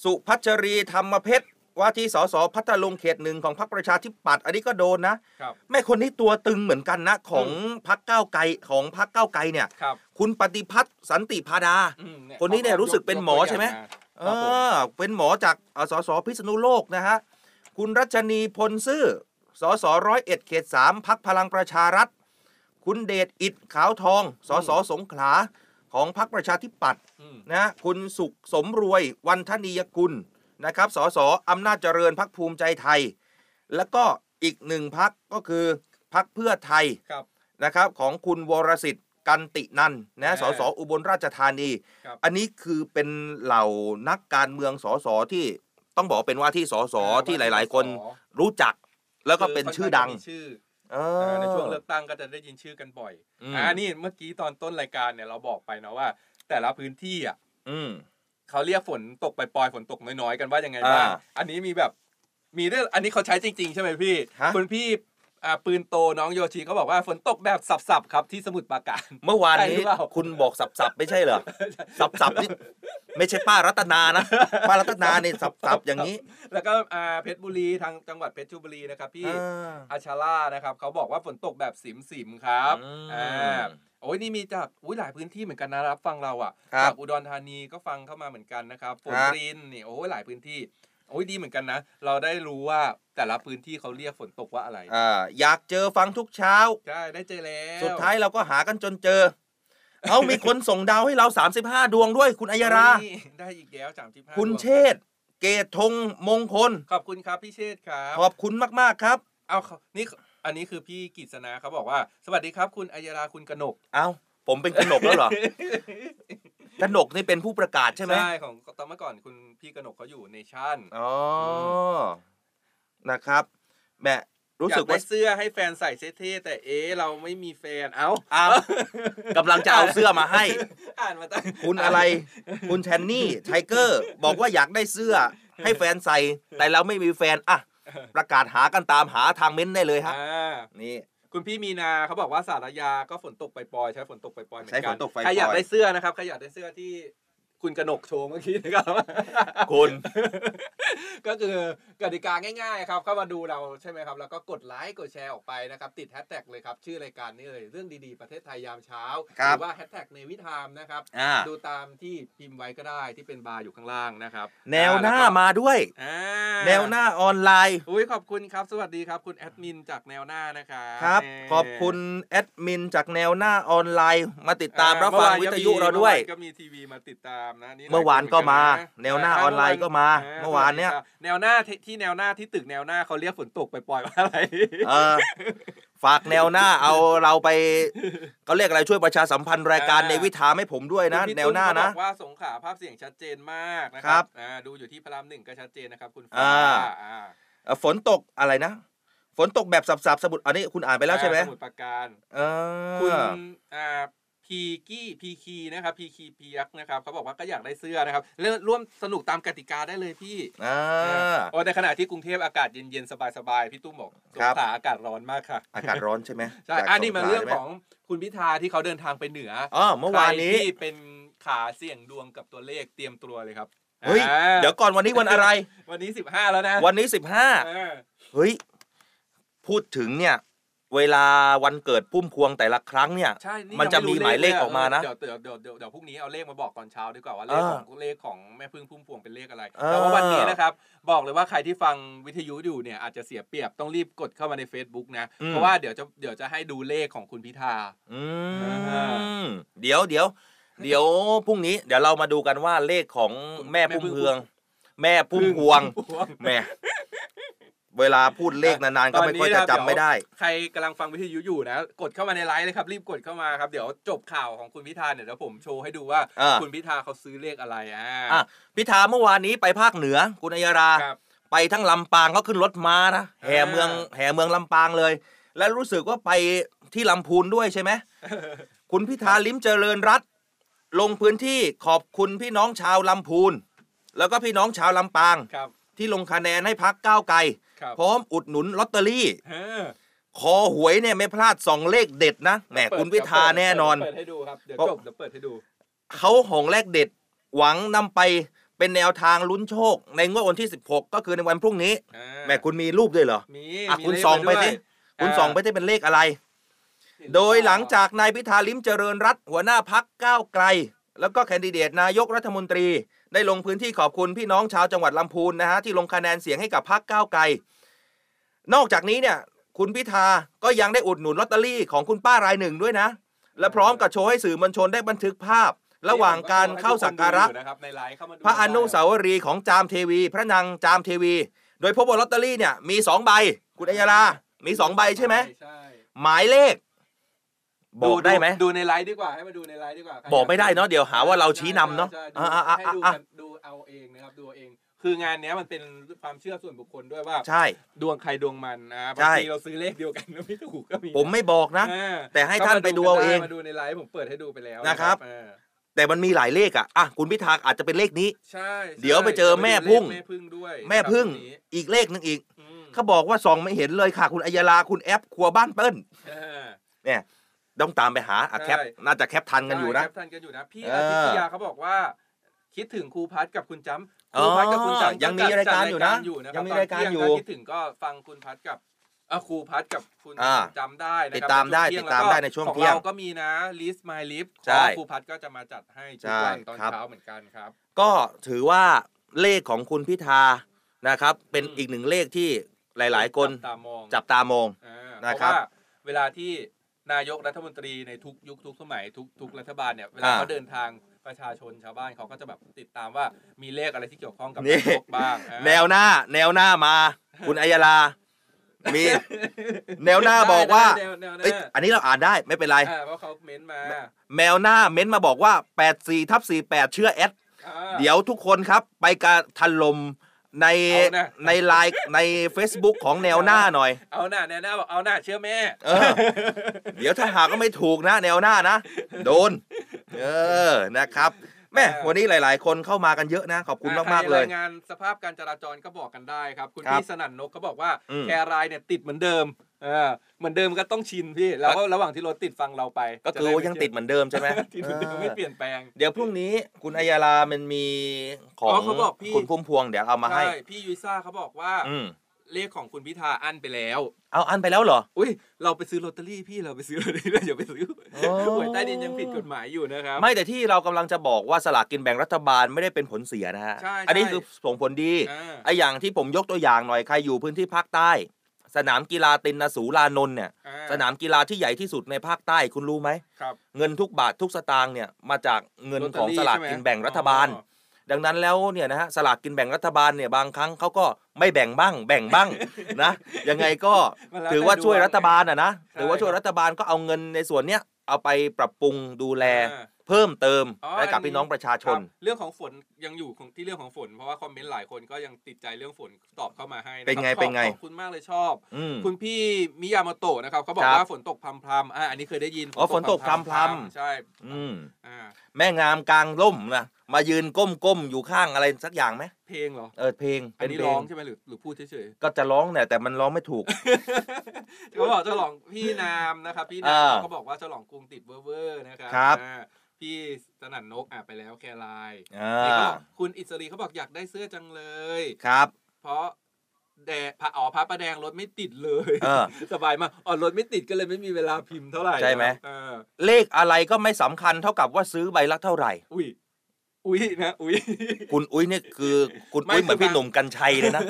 สุพัชรีธรรมเพชรว่าที่สสพัทลุงเขตหนึ่งของพรรคประชาธิปัตย์อันนี้ก็โดนนะครับ แม่คนนี้ตัวตึงเหมือนกันนะ ของพรรคก้าวไกลของพรรคก้าวไกลเนี่ย ครับ คุณปฏิพัฒน์สันติพาดา อืม คนนี้เนี่ยรู้สึกเป็นหมอใช่ไหม ยกตัวอย่างมาคอ่ารับผมเป็นหมอจากเอ่อสสพิษณุโลกนะฮะ คุณรัชนีพลซื่อสสร้อยเอ็ดเขตสามพักพลังประชารัฐ คุณเดชอิดขาวทองสสสงขลาของพักประชาธิปัตย์ อืม นะฮะคุณสุขสมรวยวันธนียกุลนะครับสสอำนาจเจริญพักภูมิใจไทย แล้วก็อีกหนึ่งพักก็คือพักเพื่อไทย ครับ นะครับของคุณวรสิทธิ์กันตินันนะ อ่า สสอุบลราชธานี ครับ อันนี้คือเป็นเหล่านักการเมืองสสที่ต้องบอกว่าเป็นว่าที่สส อ่า ที่หลาย ๆ ว่าที่สส คนรู้จัก แล้วก็เป็นชื่อดัง มีชื่อ เอ อ่า อ ในช่วงเลือกตั้งก็จะได้ยินชื่อกันบ่อย อืม อ่านี่เมื่อกี้ตอนต้นรายการเนี่ยเราบอกไปเนาะว่า แต่ละพื้นที่อ่ะ อืม เขาเรียกฝนตกปล่อยๆฝนตกน้อยๆกันว่ายังไงบ้าง อ่า อันนี้มีแบบมีเรื่องอันนี้เขาใช้จริง ๆ ใช่ไหมพี่ ฮะ คุณพี่อ่าปืนโตน้องโยชิเขาบอกว่าฝนตกแบบสับๆครับที่สมุทรปราการ เมื่อวาน ใช่ห นี้ รือเปล่า คุณบอกสับสับๆไม่ใช่เหรอ สับสับๆนี่ไม่ใช่ป้ารัตนานะ ป้ารัตนาเนี่ยสับสับๆอย่างนี้ แล้วก็อ่าเพชรบุรีทางจังหวัดเพชรบุรีนะครับพี่ อ่า อาชาล่านะครับเขาบอกว่าฝนตกแบบสิมๆครับ อืม อ่าโอ้ยนี่มีจากอุ้ยหลายพื้นที่เหมือนกันนะรับฟังเราอ่ะ ครับ จากอุดรธานีก็ฟังเข้ามาเหมือนกันนะครับฝน ฮะ รินนี่โอ้ยหลายพื้นที่โอ้ยดีเหมือนกันนะ เราได้รู้ว่าแต่ละพื้นที่เขาเรียกฝนตกว่าอะไร อ่าอยากเจอฟังทุกเช้า ใช่ได้เจอแล้ว สุดท้ายเราก็หากันจนเจอ เอามีคนส่งดาวให้เรา 35 ดวงด้วย คุณอัยรา นี่ได้อีกแล้วสามสิบห้า คุณเชษฐ์เกตธงมงคล ขอบคุณครับพี่เชษฐ์ครับ ขอบคุณมาก ๆ ครับ เอาเขานี่อันนี้คือพี่กิษณาเขาบอกว่า สวัสดีครับ คุณอัยราคุณกนก เอาผมเป็นกนกแล้ว เหรอ กนกนี่เป็นผู้ประกาศใช่ไหม ใช่ของตอนเมื่อก่อนคุณพี่กนกเขาอยู่ในชั่น อ๋อนะครับแหมรู้ อยา สึก ก ว่า ได้เสื้อให้แฟนใส่เท่ๆแต่เอ๊ะเราไม่มีแฟนเอ้า เอากำลังจะเอาเสื้อมาให้ อ่านมาตั้ง คุณอะไร คุณแชนนี่ไทเกอร์ บอกว่าอยากได้เสื้อ ให้แฟนใส่ แต่เราไม่มีแฟนอ่ะประกาศหากันตามหาทางเม้นต์ได้เลยฮะ อ่า นี่ คุณพี่มีนาเขาบอกว่าสารยาก็ฝนตกปล่อยๆใช้ฝนตกปล่อยๆเหมือน ใช้ กั ฝนตกปล่อยๆ ใครอยากได้เสื้อนะครับใครอยากได้เสื้อที่คุณกนกโชว์เมื่อกี้นะครับ คุณ ก็คือกติกาง่ายๆครับเข้ามาดูเราใช่ไหมครับ แล้วก็กดไลค์กดแชร์ออกไปนะครับ ติดแฮชแท็กเลยครับ ชื่อรายการนี้เลย เรื่องดีๆประเทศไทยยามเช้า ครั ห บ รือว่าแฮชแท็กในวิธามนะครับ อ่า ดูตามที่พิมพ์ไว้ก็ได้ที่เป็นบาร์อยู่ข้างล่างนะครับ แนวหน้า อ่ มาด้วย อ่า แนวหน้าออนไลน์ อุ้ยขอบคุณครับ สวัสดีครับ คุณแอดมินจากแนวหน้านะครับ ครับ แน่ ขอบคุณแอดมินจากแนวหน้าออนไลน์ มาติดตามรับฟัง อ่ วิ เมื่อน ทยุเราด้วย ก็มีทีวีมาติดตามนะนี่ เมื่อวานก็มาแนวหน้าออนไลน์ก็มา อ่ เมื่อวานเนี่ย แนวหน้าที่ที่แนวหน้าที่ตึกแนวหน้าเขาเรียกฝนตกไปปล่อยๆว่าอะไร เออฝากแนวหน้าเอาเราไปก็เรียกอะไรช่วยประชาสัมพันธ์รายการ อ่า ในวิถามให้ผมด้วยนะ คุณพี่ แนวหน้านะ ตุ้มก็บอกว่าสงขลาภาพเสียงชัดเจนมากนะค ครั รับ อ่าดูอยู่ที่พระรามหนึ่งก็ชัดเจนนะครับคุณฟ้ อ่า อ่า เอ่อฝนตกอะไรนะ ฝนตกแบบสับๆสมุดอันนี้คุณอ่านไปแล้วใช่ไหม อ่าสมุดปราการ เอ คุณ อ อ่าพีกี้พีคีนะครับพีคีพียักษ์นะครับเขาบอกว่าก็อยากได้เสื้อนะครับเริ่มร่วมสนุกตามกติกาได้เลยพี่ อ่า โอ้ในขณะที่กรุงเทพอากาศเย็นๆ สบายๆ พี่ตุ้มบอกส ค ง รับ ขลาอากาศร้อนมากค่ะ อากาศร้อนใช่ไหม ใช่ จาก อันนี้ ส มา ขล เรื่อง ใช่ไห ของคุณพิธาที่เขาเดินทางไปเหนืออ อ๋อเมื่อวานนี้ ใครที่เป็นขาเสี่ยงดวงกับตัวเลขเตรียมตัวเลยครับ เฮ้ย อ่า เดี๋ยวก่อนวันนี้วันอะไร วันนี้ 15 แล้วนะ วันนี้ เออ 15 เฮ้ย พูดถึงเนี่ย เวลาวันเกิดพุ่มพวงแต่ละครั้งเนี่ย ใช่นี่ มันจะ งไ มีหมายเลข ะ ออกมานะ เดี๋ยวเดี๋ยวเดี๋ยวเดี๋ยวเดี๋ยวพรุ่งนี้เอาเลขมาบอกก่อนเช้าดีกว่าว่าเลข เออ ของเลขของแม่พึ่งพุ่มพวงเป็นเลขอะไร เออ แต่ว่าวันนี้นะครับ บอกเลยว่าใครที่ฟังวิทยุอยู่เนี่ยอาจจะเสียเปรียบต้องรีบกดเข้ามาใน Facebook นะ เพราะว่าเดี๋ยวจะเดี๋ยวจะให้ดูเลขของคุณพิธา อื อ่ มเดี๋ยวเดี๋ยวเดี๋ยวพรุ่งนี้ เดี๋ยวเรามาดูกันว่าเลขของแม่ แม่ พุ่ม พึ่ง พวง แม่พุ่มพวง พุ่มพวง แหม่เวลาพูดเลขนานๆก็ไม่ค่อยจะจำไม่ได้ ใครกำลังฟังวิทยุอยู่นะ กดเข้ามาในไลน์เลยครับ รีบกดเข้ามาครับ เดี๋ยวจบข่าวของคุณพิธาเนี่ยเดี๋ยวผมโชว์ให้ดูว่า อ่า คุณพิธาเขาซื้อเลขอะไรอ่า อ่ะพิธาเมื่อวานนี้ไปภาคเหนือคุณอัยรา ครับ ไปทั้งลำปางก็ขึ้นรถม้านะแห่เมือง อ่า แห่เมืองลำปางเลย และรู้สึกว่าไปที่ลำพูนด้วยใช่ไห ม คุณพิธาลิ้มเจริญรัตน์ลงพื้นที่ขอบคุณพี่น้องชาวลำพูน แล้วก็พี่น้องชาวลำปาง ครับ ที่ลงคะแนนให้พักก้าวไกล ครับ พร้อมอุดหนุนลอตเตอรี่ เออ คอหวยเนี่ยไม่พลาดสองเลขเด็ดนะแหมคุณพิธาแน่นอน เปิดให้ดูครับเดี๋ยว เพราะ จบเดี๋ยวเปิดให้ดู เขาหองแรกเด็ด หวังนำไปเป็นแนวทางลุ้นโชค ในงวดวันที่ 16 ก็คือในวันพรุ่งนี้ อ่า แหมคุณมีรูปด้วยเหรอ มี อ่ะ มี คุณ เลข ส่องไป มา สิ วย คุณ า ส่องไปที่เป็นเลขอะไร เน โดยหลังจากนายพิธาลิ้มเจริญรัตน์หัวหน้าพักก้าวไกล แล้วก็แคนดิเดตนายกรัฐมนตรี ได้ลงพื้นที่ขอบคุณพี่น้องชาวจังหวัดลำพูนนะฮะที่ลงคะแนนเสียงให้กับพักก้าวไกล นอกจากนี้เนี่ย คุณพิธาก็ยังได้อุดหนุนลอตเตอรี่ของคุณป้ารายหนึ่งด้วยนะ และพร้อมกับโชว์ให้สื่อมวลชนได้บันทึกภาพ ระหว่างการเข้าสักการะ ให้ทุนดูอยู่นครับในไลน์เข้ามาดู พระอนุสาวรีย์ของจามเทวี พระนางจามเทวี โดยพบว่าลอตเตอรี่เนี่ยมีสองใบ คุณอัยรา มีสองใบใช่ไหม ใช่ หมายเลข บอกได้ไหม ดูในไลน์ดีกว่าให้มาดูในไลน์ดีกว่าใคร บอกไม่ได้ ยาก เนาะเดี๋ยวหาว่าเราชี้นำเนาะ ใช่ อ่า ใช่ อ่า ให้ อ่า ดู อ่า กันดูเอาเองนะครับดูเอาเอง คืองานเนี้ยมันเป็นความเชื่อส่วนบุคคลด้วยว่า ใช่ ดวงใครดวงมันนะบา ใช่ งทีเราซื้อเลขเดียวกันก็ไม่ถูกก็มี ผมไม่บอกนะ อ่ แต่ให้ท่าน ก็ม ไปดูเอา กัน เอง มาดูในไลฟ์ผมเปิดให้ดูไปแล้ว นะครับ อ่า แต่มันมีหลายเลขอ่ะอ่ะคุณพิธาอาจจะเป็นเลขนี้ ใช่ใช่ เดี๋ยวไปเจอแม่พึ่ง แม่พึ่งด้วย แม่พึ่ง ครับวันนี้ อีกเลขหนึ่งอีก อืม เขาบอกว่าส่องไม่เห็นเลยค่ะ คุณอัยราคุณแอปครัวบ้านเปิ้ล อ่า เนี่ยต้องตามไปหาอ่ะแคป ใช่ น่าจะแคปทันกันอยู่นะ ใช่ครับทันกันอยู่นะพี่ เอออ อาทิตยาเขาบอกว่า คิดถึงครูพัดกับคุณจ้ำค อ๋อ รูพัดกับคุณจ้ำ ยังมีรายการอยู่นะ จัด ยังมี จัด รายการอยู่ ตนเที่งถ้คิดถึงก็ฟังคุณพัดกับเอ่อครูพัดกับคุณ อ่า จ้ำได้นะครั ติดตามได้ ในช่ติวงดตามได้ในช่วงเที่ยง ของเราก็มีนะ list my list ใช่ ครูพัดก็จะมาจัดให้ทุ ใช่ กวันตอน ครับ เช้าเหมือนกันครับ ก็ถือว่าเลขของคุณพิธานะครับ เป็น อืม อีกหนึ่งเลขที่หลาย ๆ คน จับตามอง จับตามอง อ่า นะ เพ ครับราะว่าเวลาที่นายกรัฐมนตรีในทุกยุคทุกสมัยทุกทุกรัฐบาลเนี่ยเวลา อ่า เขาเดินทางประชาชนชาวบ้านเขาก็จะแบบติดตามว่ามีเลขอะไรที่เกี่ยวข้องกับ นี่ นายกบ้างอ่า แนวหน้า แนวหน้ามา คุณอัยรา มี แนวหน้าบอกว่า ได้ได้แนวหน้า เอ้ยอันนี้เราอ่านได้ไม่เป็นไร อ่าเพราะเขาเม้นมา แมวหน้าเม้นมาบอกว่า 84ทับ48 เชื่อแอด อ่า เดี๋ยวทุกคนครับ ไปกระทันลมใน เอานะ ในไลน์ใน Facebook ของแนวหน้าหน่อย เอาหน้าแนวหน้าบอกเอาหน้าเชื่อแม่ เอ อ เดี๋ยวถ้าหากก็ไม่ถูกนะ แนวหน้านะ โดน เออนะครับแม่วันนี้หลาย ๆ คนเข้ามากันเยอะนะ ขอบคุณ อ่ มาก ใร ๆ เลย รายงานสภาพการจราจรก็บอกกันได้ครับ คุณ ครับ พี่สนั่นนกเขาบอกว่า อืม แครายเนี่ยติดเหมือนเดิมเออเหมือนเดิมก็ต้องชินพี่แล้วก็ระหว่างที่รถติดฟังเราไป ก็คือว่ายังติดเหมือนเดิมใช่ไหม ติดเหมือนเดิมไม่เปลี่ยนแปลง เดี๋ยวพรุ่งนี้คุณอัยารามันมีขอ อ๋ ง อเขาบอกพี่ คุณพุ่มพวงเดี๋ยวเอามาให้ ใช่พี่ยุ้ยซ่าเขาบอกว่า อืม เลขของคุณพิธาอั้นไปแล้ว เอาอันไปแล้วเหรอ อุ้ยเราไปซื้อลอตเตอรี่พี่เราไปซื้อลอตเตอรี่เราอย่าไปซื้อ โอ้ หวยใต้ดินยังผิดกฎหมายอยู่นะครับ ไม่แต่ที่เรากำลังจะบอกว่าสลากกินแบ่งรัฐบาลไม่ได้เป็นผลเสียนะฮะ ใช่ใช่ อันี้คือส่งผลดี อ่า ไออย่างที่ผมยกตัวอย่างหน่อยใครอยู่พื้นที่ภาคใต้ สนามกีฬาตินสูรานนท์เนี่ย อ่ สนามกีฬาที่ใหญ่ที่สุดในภาคใต้คุณรู้ไหม ครับ เงินทุกบาททุกสตางค์เนี่ยมาจากเงิน ตเต ของสลาก ใช่ไหม กินแบ่งรัฐบาล อ๋อ ดังนั้นแล้วเนี่ยนะฮะสลากกินแบ่งรัฐบาลเนี่ยบางครั้งเขาก็ไม่แบ่งบ้างแบ่งบ้าง นะยังไงก็ มันแล้ ถือว่า แต่ด ช่วยรัฐบาลอ่ะนะ ใช่ ถือว่าช่วยรัฐบาลก็เอาเงินในส่วนเนี้ยเอาไปปรับปรุงดูแล อ่า เพิ่มเติม อ๋อ ให้กับ อันนี้ พี่น้องประชาช ครั น บเรื่องของฝนยังอยู่ของที่เรื่องของฝน เพราะว่าคอมเมนต์หลายคนก็ยังติดใจเรื่องฝนตอบเข้ามาให้ะครับ เป็นไง ขอบ เป็นไง ขอบคุณมากเลยชอบ อืม คุณพี่มิยาโมโตะนะครับเขาบอ ค ก รับ ว่าฝนตกพรำๆอ่าอันนี้เคยได้ยิน อ๋อฝนตกพรำๆ ใช่ อืม อ่า แม่งามกลางร่มนะมายืนก้มก้มๆอยู่ข้างอะไรสักอย่างไหม เพลงเหรอ เออเพลง อัน เป็น นี้ เพล ร้อง งใช่ไหมหรือหรือพูดเฉย ก็จะร้องเนี่ยแต่มันร้องไม่ถูก ๆ เขาบอกเจ้าหลองพี่นามนะครับพี่นา อ่าม เขาบอกว่าเจ้าหลองกรุงติดเวอร์เวอร์นะครั ครับ อ่าพี่สนั่นนกอ่ะไปแล้วแคราย อ่ นี่าเขาบอกคุณอิสรีเขาบอกอยากได้เสื้อจังเลย ครับ เพราะ แดงพระอ๋อพระประแดงรถไม่ติดเลย เออ สบายมากอ๋อรถไม่ติดก็เลยไม่มีเวลาพิมพ์เท่าไหร่ ใช่ไหม เออ เลขอะไรก็ไม่สำคัญเท่ากับว่าซื้อใบละเท่าไหร่ อุ้ยอุ้ยนะอุ้ย คุณอุ้ยเนี่ยคือคุณ ไม่ อุ้ยเหมือน คือบาง พี่หนุ่มกัญชัย เลยนะ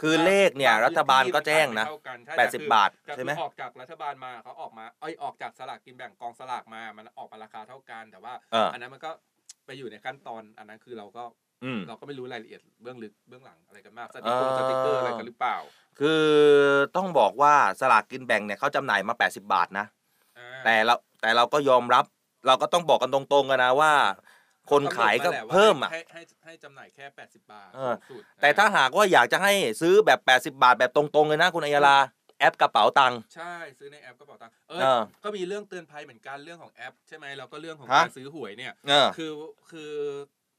คือเลขเนี่ย รัฐบาลก็แจ้งนะ เท่ากัใช่ 80 คือบ าท แต่ ใช่ไหม คือออกจากรัฐบาลมาเขาออกมาเอ้ยออกจากสลากกินแบ่งกองสลากมามันออกมาราคาเท่ากันแต่ว่า เออ อันนั้นมันก็ไปอยู่ในขั้นตอนอันนั้นคือเราก็ อืม เราก็ไม่รู้รายละเอียดเบื้องลึกเบื้องหลังอะไรกันมากสติ๊กเกอร์สติ๊กเกอร์อะไรกันหรือเปล่า คือต้องบอกว่าสลากกินแบ่งเนี่ยเขาจำหน่ายมา 80 บาทนะ อ่า แต่เราแต่เราก็ยอมรับ เราก็ต้องบอกกันตรงๆกันนะว่า คนขายก็ กำหนดมแหละว่ เพิ่มอ่ะ ให้ให้ให้จำหน่ายแค่ 80 บาท เออ สูงสุดนะ แต่ถ้าหากว่าอยากจะให้ซื้อแบบ 80 บาทแบบตรงๆเลยนะคุณอัยราแอปกระเป๋าตังค์ ใช่ ซื้อในแอปกระเป๋าตังค์เอ เอ อ อ ก็มีเรื่องเตือนภัยเหมือนกันเรื่องของแอป ใช่ไหมแล้วก็เรื่องของ ฮะ การซื้อหวยเนี่ย เออ คือคือ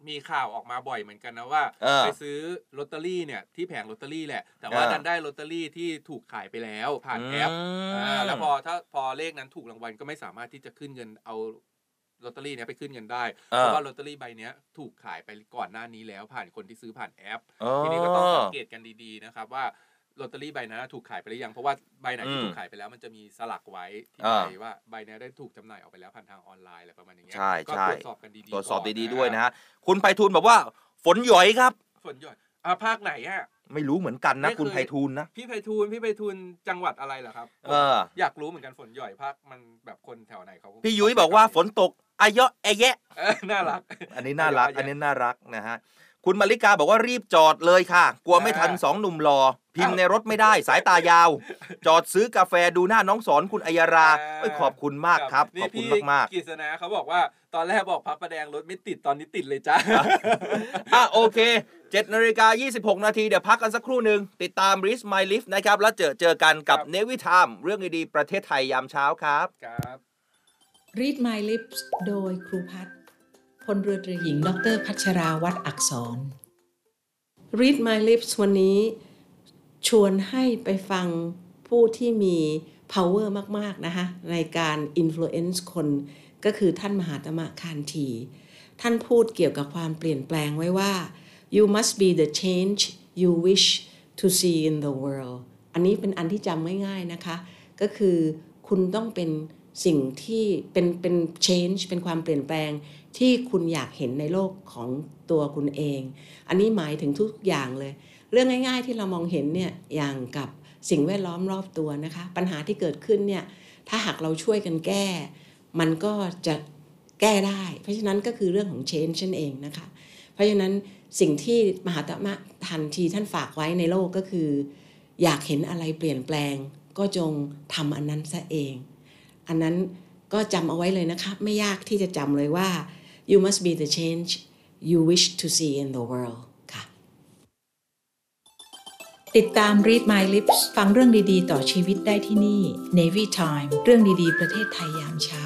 มีข่าวออกมาบ่อยเหมือนกันนะว่า เออ ไปซื้อลอตเตอรี่เนี่ยที่แผงลอตเตอรี่แหละ แต่ว่า เออ ดันได้ลอตเตอรี่ที่ถูกขายไปแล้วผ่านแอป ม อ่าแล้วพอถ้าพอเลขนั้นถูกรางวัลก็ไม่สามารถที่จะขึ้นเงินเอาลอตเตอรี่เนี่ยไปขึ้นเงินได้ เออ เพราะว่าลอตเตอรี่ใบเนี้ยถูกขายไปก่อนหน้านี้แล้วผ่านคนที่ซื้อผ่านแอป ทีนี้ก็ต้องสังเกตกันดีๆนะครับว่าลอตเตอรี่ใบนั้นถูกขายไปหรือยังเพราะว่าใบไหนที่ อืม ถูกขายไปแล้วมันจะมีสลักไว้ที่ อ่า ใบว่าใบนี้ได้ถูกจำหน่ายออกไปแล้วผ่านทางออนไลน์อะไรประมาณอย่างเงี้ย ใช่ ก็ ใช่ ตรวจสอบกันดีๆ ตรวจสอบ ก่น ดีๆด้วยนะฮะคุณไพฑูรย์บอกว่าฝนหย่อยครับ ฝนหยดอ่าภาคไหนอ่ะ ไม่รู้เหมือนกันนะ ไม่เคย คุณไพฑูรย์นะ พี่ไพฑูรย์พี่ไพฑูรย์จังหวัดอะไรเหรอครับ เออ อยากรู้เหมือนกันฝนหย่อยภาคมันแบบคนแถวไหนเขา พี่ยุ้ยบอกว่าฝนตกอายะแอะแยะ เออน่ารัก อันนี้น่ารัก อันนี้น่ารักนะฮะ คุณมาริกาบอกว่ารีบจอดเลยค่ะ กลัวไม่ทัน อ่า สองหนุ่มรอ พิมพ์ อ้าว ในรถไม่ได้สายตายาว จอดซื้อกาแฟดูหน้าน้องสอนคุณอัยรา อ่า เอ้ยขอบคุณมากครับ ขอบคุณ นี่พี่ มาก กฤษณะเขาบอกว่าตอนแรกบอกพระประแดงรถไม่ติดตอนนี้ติดเลยจ้า ๆ อ่ะโอเค7นาฬิกา26 นาทีเดี๋ยวพักกันสักครู่หนึ่งติดตาม r i s My Life นะครับ แล้วเจอเจอกันกับ ครับ เนวิทามเรื่องดีๆประเทศไทยยามเช้าครับ ครับ Read My Lips โดยครูพัฒน์พลเรือตรีหญิง ดรพัชราวัตรอักษร Read My Lips วันนี้ชวนให้ไปฟังผู้ที่มี power มาก ๆ นะคะ ในการ influence คนก็คือท่านมหาตมะคานทีท่านพูดเกี่ยวกับความเปลี่ยนแปลงไว้ว่า you must be the change you wish to see in the world อันนี้เป็นอันที่จำง่ายๆนะคะ ก็คือคุณต้องเป็นสิ่งที่เป็นเป็น change เป็นความเปลี่ยนแปลงที่คุณอยากเห็นในโลกของตัวคุณเอง อันนี้หมายถึงทุกอย่างเลย เรื่องง่ายๆที่เรามองเห็นเนี่ยอย่างกับสิ่งแวดล้อมรอบตัวนะคะ ปัญหาที่เกิดขึ้นเนี่ยถ้าหากเราช่วยกันแก้ มันก็จะแก้ได้ เพราะฉะนั้นก็คือเรื่องของ change นั่นเองนะคะ เพราะฉะนั้นสิ่งที่มหาตมะทันทีท่านฝากไว้ในโลกก็คือ อยากเห็นอะไรเปลี่ยนแปลง ก็จงทำอันนั้นซะเอง อันนั้นก็จำเอาไว้เลยนะคะ ไม่ยากที่จะจำเลยว่า you must be the change you wish to see in the world ค่ะ ติดตาม Read My Lips ฟังเรื่องดีๆ ต่อชีวิตได้ที่นี่ Navy Time เรื่องดีๆ ประเทศไทยยามเช้า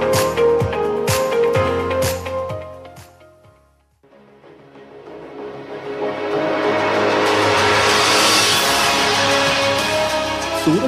ศูนย์อ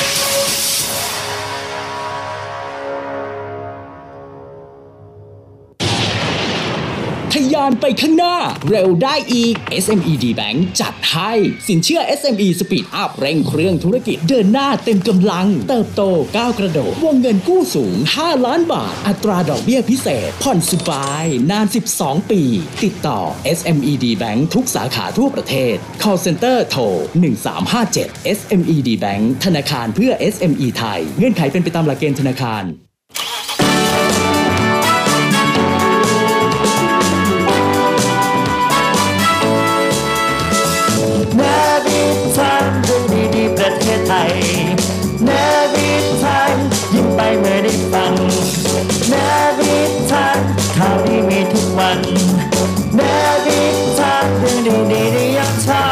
พ ยานไปข้างหน้า เร็วได้อีก SME D Bank จัดให้ สินเชื่อ SME Speed Up เร่งเครื่องธุรกิจเดินหน้าเต็มกำลัง เติบโตก้าวกระโดดวงเงินกู้สูง 5 ล้านบาท อัตราดอกเบี้ยพิเศษ ผ่อนสบาย นาน 12 ปี ติดต่อ SME D Bank ทุกสาขาทั่วประเทศ call center โทร 1357 SME D Bank ธนาคารเพื่อ SME ไทย เงื่อนไขเป็นไปตามหลักเกณฑ์ธนาคาร นวิทันเรื่องดีๆประเทศไทยนวิทันยิ้มไปเมื่อได้ฟังนวิทันข่าวดีมีทุกวันนวิทันเรื่องดีๆได้ยับช้า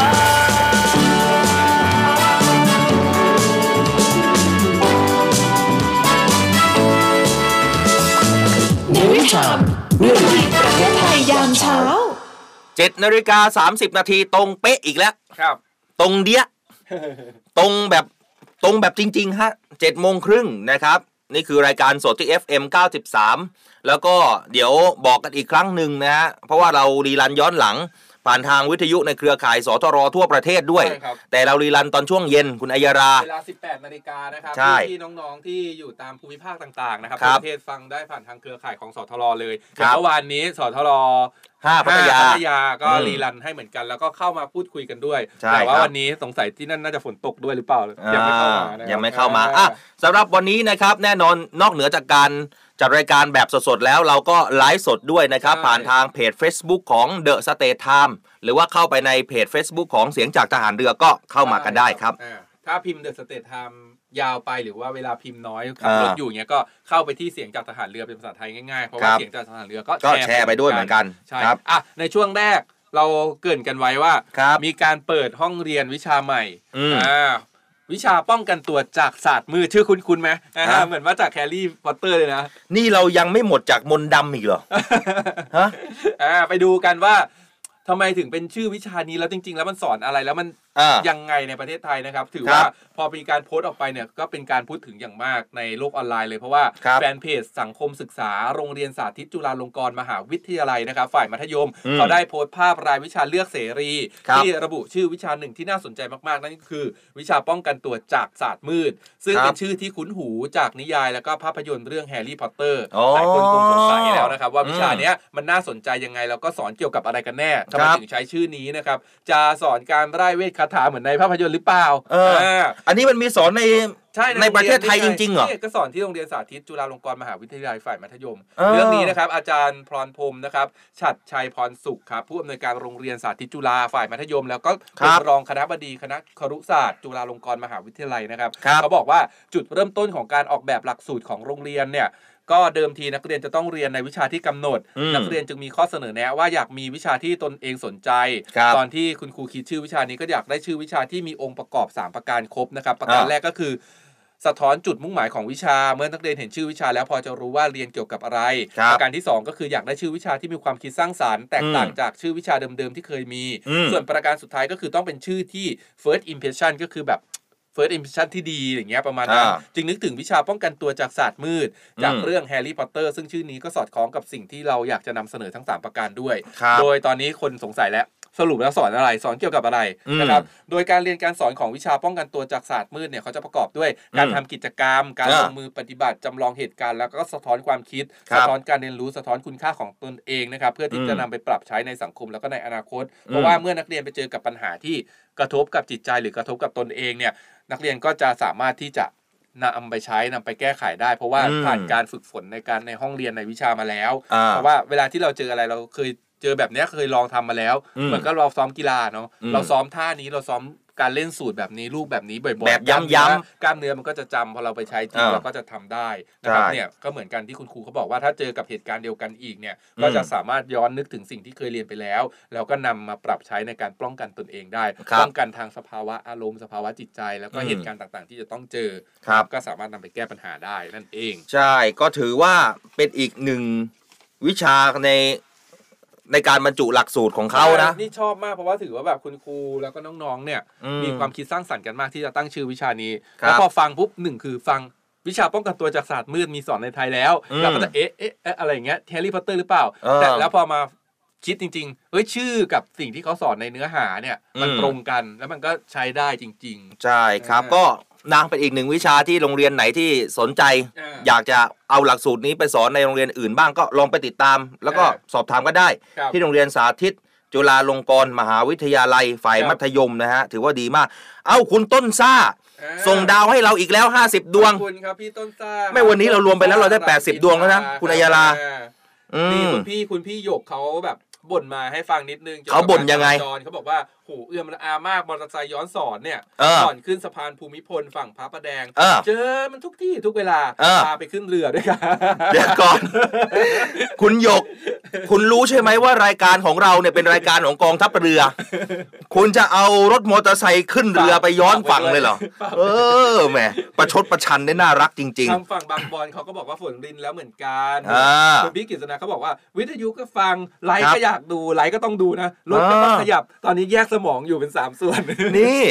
เนวิชามเรื่องดีประเทศไทยยามเช้า 7นาฬิกา30 นาทีตรงเป๊ะอีกแล้ว ครับ ตรงเดีย ตรงแบบตรงแบบจริง ๆ ฮะเจ็ดโมงครึ่งนะครับ นี่คือรายการสดที่ FM 93 แล้วก็เดี๋ยวบอกกันอีกครั้งหนึ่งนะฮะ เพราะว่าเรารีรันย้อนหลัง ผ่านทางวิทยุในเครือข่ายสทรทั่วประเทศด้วย ใช่ครับ แต่เรารีรันตอนช่วงเย็นคุณอัยรา เวลา 18 นาฬิกานะครับ ใช่ ที่น้องๆ ที่อยู่ตามภูมิภาคต่างๆ นะครับ ครับ ประเทศฟังได้ผ่านทางเครือข่ายของสทรเลย ครับ แต่เมื่อวานนี้สทร ห้าพัทยา พัทยาก็ อืม รีรันให้เหมือนกัน แล้วก็เข้ามาพูดคุยกันด้วย ใช่ แต่ว่า ครับ วันนี้สงสัยที่นั่นน่าจะฝนตกด้วยหรือเปล่า อ่า ยังไม่เข้ามานะครับ ยังไม่เข้ามาอ่ะสำหรับวันนี้นะครับแน่นอนนอกเหนือจากการจัดรายการแบบสดๆแล้วเราก็ไลฟ์สดด้วยนะครับ ใช่ ผ่านทางเพจ Facebook ของ The State Time หรือว่าเข้าไปในเพจ Facebook ของเสียงจากทหารเรือก็เข้ามากันได้ครับ อ่าถ้าพิมพ์เดอะสเตทไทม์ยาวไปหรือว่าเวลาพิมพ์น้อยขับรถ อ่า อยู่เงี้ยก็เข้าไปที่เสียงจากทหารเรือเป็นภาษาไทยง่ายๆ เพราะ ค ว่า รับ เสียงจากทหารเรือก็ ก็แชร์ไปด้วยเหมือนกัน ใช่ ครับ อ่ะในช่วงแรกเราเกริ่นกันไว้ว่า ครับ มีการเปิดห้องเรียนวิชาใหม่ อืม อ่าวิชาป้องกันตัวจากศาสตร์มืดชื่อคุ้นๆไหมอ่า ครับ เหมือนว่าจากแฮร์รี่พอตเตอร์เลยนะ นี่เรายังไม่หมดจากมนต์ดำอีกเหรอ ฮะ อ่าไปดูกันว่าทำไมถึงเป็นชื่อวิชานี้แล้วจริง ๆ แล้วมันสอนอะไรแล้วมัน อ่า ยังไงในประเทศไทยนะครับ ถือ ครับ ว่าพอมีการโพสต์ออกไปเนี่ยก็เป็นการพูดถึงอย่างมากในโลกออนไลน์เลยเพราะว่า ครับ แฟนเพจสังคมศึกษาโรงเรียนสาธิตจุฬาลงกรณ์มหาวิทยาลัยนะครับ ฝ่ายมัธยม อืม เขาได้โพสต์ภาพรายวิชาเลือกเสรี ครับ ที่ระบุชื่อวิชาหนึ่งที่น่าสนใจมากๆ นั่นก็คือ วิชาป้องกันตัวจากศาสตร์มืด ซึ่ง ครับ เป็นชื่อที่คุ้นหูจากนิยาย แล้วก็ภาพยนตร์เรื่องแฮร์รี่พอตเตอร์ อ๋อ หลายคนคงสงสัยแล้วนะครับว่าวิชา อืม เนี้ยมันน่าสนใจยังไงแล้วก็สอนเกี่ยวกับอะไรกันแน่คทำไม รับ ถึงใช้ชื่อนี้นะครับจะสอนการไร้เวทคาถาเหมือนในภาพยนตร์หรือเปล่า เออ า อันนี้มันมีสอนใน ใช่ ในประเทศไทยจริงๆเหรอ นี่ก็สอนที่โรงเรียนสาธิตจุฬาลงกรณ์มหาวิทยาลัยฝ่ายมัธยม เออ เรื่องนี้นะครับอาจารย์พรพรหมนะครับฉัดชัยพรสุขครับผู้อำนวยการโรงเรียนสาธิตจุฬาฝ่ายมัธยม แล้วก็ ครั เป็น บ รองคณะบดีคณะครุศาสตร์ จุฬาลงกรณ์มหาวิทยาลัยนะครับ ครับ เขาบอกว่าจุดเริ่มต้นของการออกแบบหลักสูตรของโรงเรียนเนี่ยก็เดิมทีนักเรียนจะต้องเรียนในวิชาที่กำหนด อืม นักเรียนจึงมีข้อเสนอแนะว่าอยากมีวิชาที่ตนเองสนใจ ครับ ตอนที่คุณครูคิดชื่อวิชานี้ก็อยากได้ชื่อวิชาที่มีองค์ประกอบ 3 ประการครบนะครับ ประการ อ่า แรกก็คือ สะท้อนจุดมุ่งหมายของวิชา เมื่อนักเรียนเห็นชื่อวิชาแล้วพอจะรู้ว่าเรียนเกี่ยวกับอะไร ครับ ประการที่ 2 ก็คืออยากได้ชื่อวิชาที่มีความคิดสร้างสารรค์แตกต่าง อืม จากชื่อวิชาเดิมๆที่เคยมี อืม ส่วนประการสุดท้ายก็คือต้องเป็นชื่อที่ first impression ก็คือแบบ first impression ที่ดีอย่างเงี้ยประมาณนั้น อ่า จึงนึกถึงวิชาป้องกันตัวจากศาสตร์มืด จาก อืม เรื่องแฮร์รี่พอตเตอร์ซึ่งชื่อนี้ก็สอดคล้องกับสิ่งที่เราอยากจะนำเสนอทั้งสามประการด้วย ครับ โดยตอนนี้คนสงสัยแล้วสรุปแล้วสอนอะไรสอนเกี่ยวกับอะไร อืม นะครับ โดยการเรียนการสอนของวิชาป้องกันตัวจากศาสตร์มืดเนี่ยเขาจะประกอบด้วยการ อืม ทำกิจกรรม การ อ่า ลงมือปฏิบัติจำลองเหตุการณ์ แล้วก็สะท้อนความคิด ครับ สะท้อนการเรียนรู้สะท้อนคุณค่าของตนเองนะครับ เพื่อที่ อืม จะนำไปปรับใช้ในสังคมแล้วก็ในอนาคต อืม เพราะว่าเมื่อนักเรียนไปเจอกับปัญหาที่กระทบกับจิตใจหรือกระทบกับตนเองเนี่ยนักเรียนก็จะสามารถที่จะนำไปใช้นำไปแก้ไขได้ เพราะว่า อืม ผ่านการฝึกฝนในการในห้องเรียนในวิชามาแล้ว อ่า เพราะว่าเวลาที่เราเจออะไรเราเคยเจอแบบเนี้ยเคยลองทำมาแล้ว อืม เหมือนก็เราซ้อมกีฬาเนาะ อืม เรา ซ้อมท่านี้เราซ้อมการเล่นสูตรแบบนี้ลูกแบบนี้บ่อยๆ แบบย้ำๆ กล้ามเนื้อกล้ามเนื้อมันก็จะจำพอเราไปใช้จริง อ่า เราก็จะทำได้นะครับ ใช่ เนี่ยก็เหมือนกันที่คุณครูเขาบอกว่าถ้าเจอกับเหตุการณ์เดียวกันอีกเนี่ยก็จะ อืม สามารถย้อนนึกถึงสิ่งที่เคยเรียนไปแล้ว แล้วก็นำมาปรับใช้ในการป้องกันตนเองได้ ครับ ป้องกันทางสภาวะอารมณ์สภาวะจิตใจ แล้วก็ อืม เหตุการณ์ต่างๆ ที่จะต้องเจอ ครับ ก็สามารถนำไปแก้ปัญหาได้นั่นเอง ใช่ ก็ถือว่าเป็นอีกหนึ่งวิชาในในการบรรจุหลักสูตรของเขานะ นี่ชอบมากเพราะว่าถือว่าแบบคุณครูแล้วก็น้องๆ เนี่ย อืม มีความคิดสร้างสรรค์กันมากที่จะตั้งชื่อวิชานี้ ครับ แล้วพอฟังปุ๊บหนึ่งคือฟังวิชาป้องกันตัวจากศาสตร์มืดมีสอนในไทยแล้ว อืม เราก็จะเอ๊ะเอ๊ะเอ๊ะอะไรอย่างเงี้ยแฮร์รี่พอตเตอร์หรือเปล่า เออ แต่แล้วพอมา คิดจริงๆเฮ้ยชื่อกับสิ่งที่เขาสอนในเนื้อหาเนี่ย มัน อืม ตรงกันแล้วมันก็ใช้ได้จริง ใช่ครับ อ่า ก็นางเป็นอีกหนึ่งวิชาที่โรงเรียนไหนที่สนใจ อ่า อยากจะเอาหลักสูตรนี้ไปสอนในโรงเรียนอื่นบ้างก็ลองไปติดตาม แล้วก็ อ่า สอบถามก็ได้ ครับ ที่โรงเรียนสาธิต จุฬาลงกรณ์มหาวิทยาลัยฝ่ายมัธยมนะฮะ ถือว่าดีมาก เอ้าคุณต้นซ่า ๆอ่ ส่งดาวให้เราอีกแล้ว 50 ดวง ขอบคุณครับพี่ต้นซ่า ไม่วันนี้เรารวมไปแล้วเราได้ ต้นซ่ 80ดวงแล้วนะคุณอัยยาลา อ่า อื นี่ ม คุณพี่คุณพี่หยกเขาแบบบ่นมาให้ฟังนิดนึงกี่ยว เขา กับ บ่นยังไง การจราจรเขาบอกว่าโหเอื้อมละอามากมอเตอร์ไซค์ย้อนสอนเนี่ย เออ ก่อนขึ้นสะพานภูมิพลฝั่งพระประแดง เออ อมันทุกที่ทุกเวลา เออ พาไปขึ้นเรือด้วยกัน เดี๋ยวก่อน คุณหยก คุณรู้ใช่ไหมว่ารายการของเราเนี่ยเป็นรายการของกองทัพเรือ คุณจะเอารถมอเตอร์ไซค์ขึ้นเรือไปย้อนฝั่งเลยเหรอ เออแหมประชดประชันได้น่ารักจริง ทางฝั่งบางบอนเขาก็บอกว่าฝนรินแล้วเหมือนกัน อ่า คุณพี่กฤษณะเขาบอกว่า วิทยุก็ฟังไลฟ์ ครับ ก็อยากดูไลฟ์ก็ต้องดูนะรถก็ต้อง อ่า ขยับ ตอนนี้แยกสมองอยู่เป็นสามส่วน ๆ นี่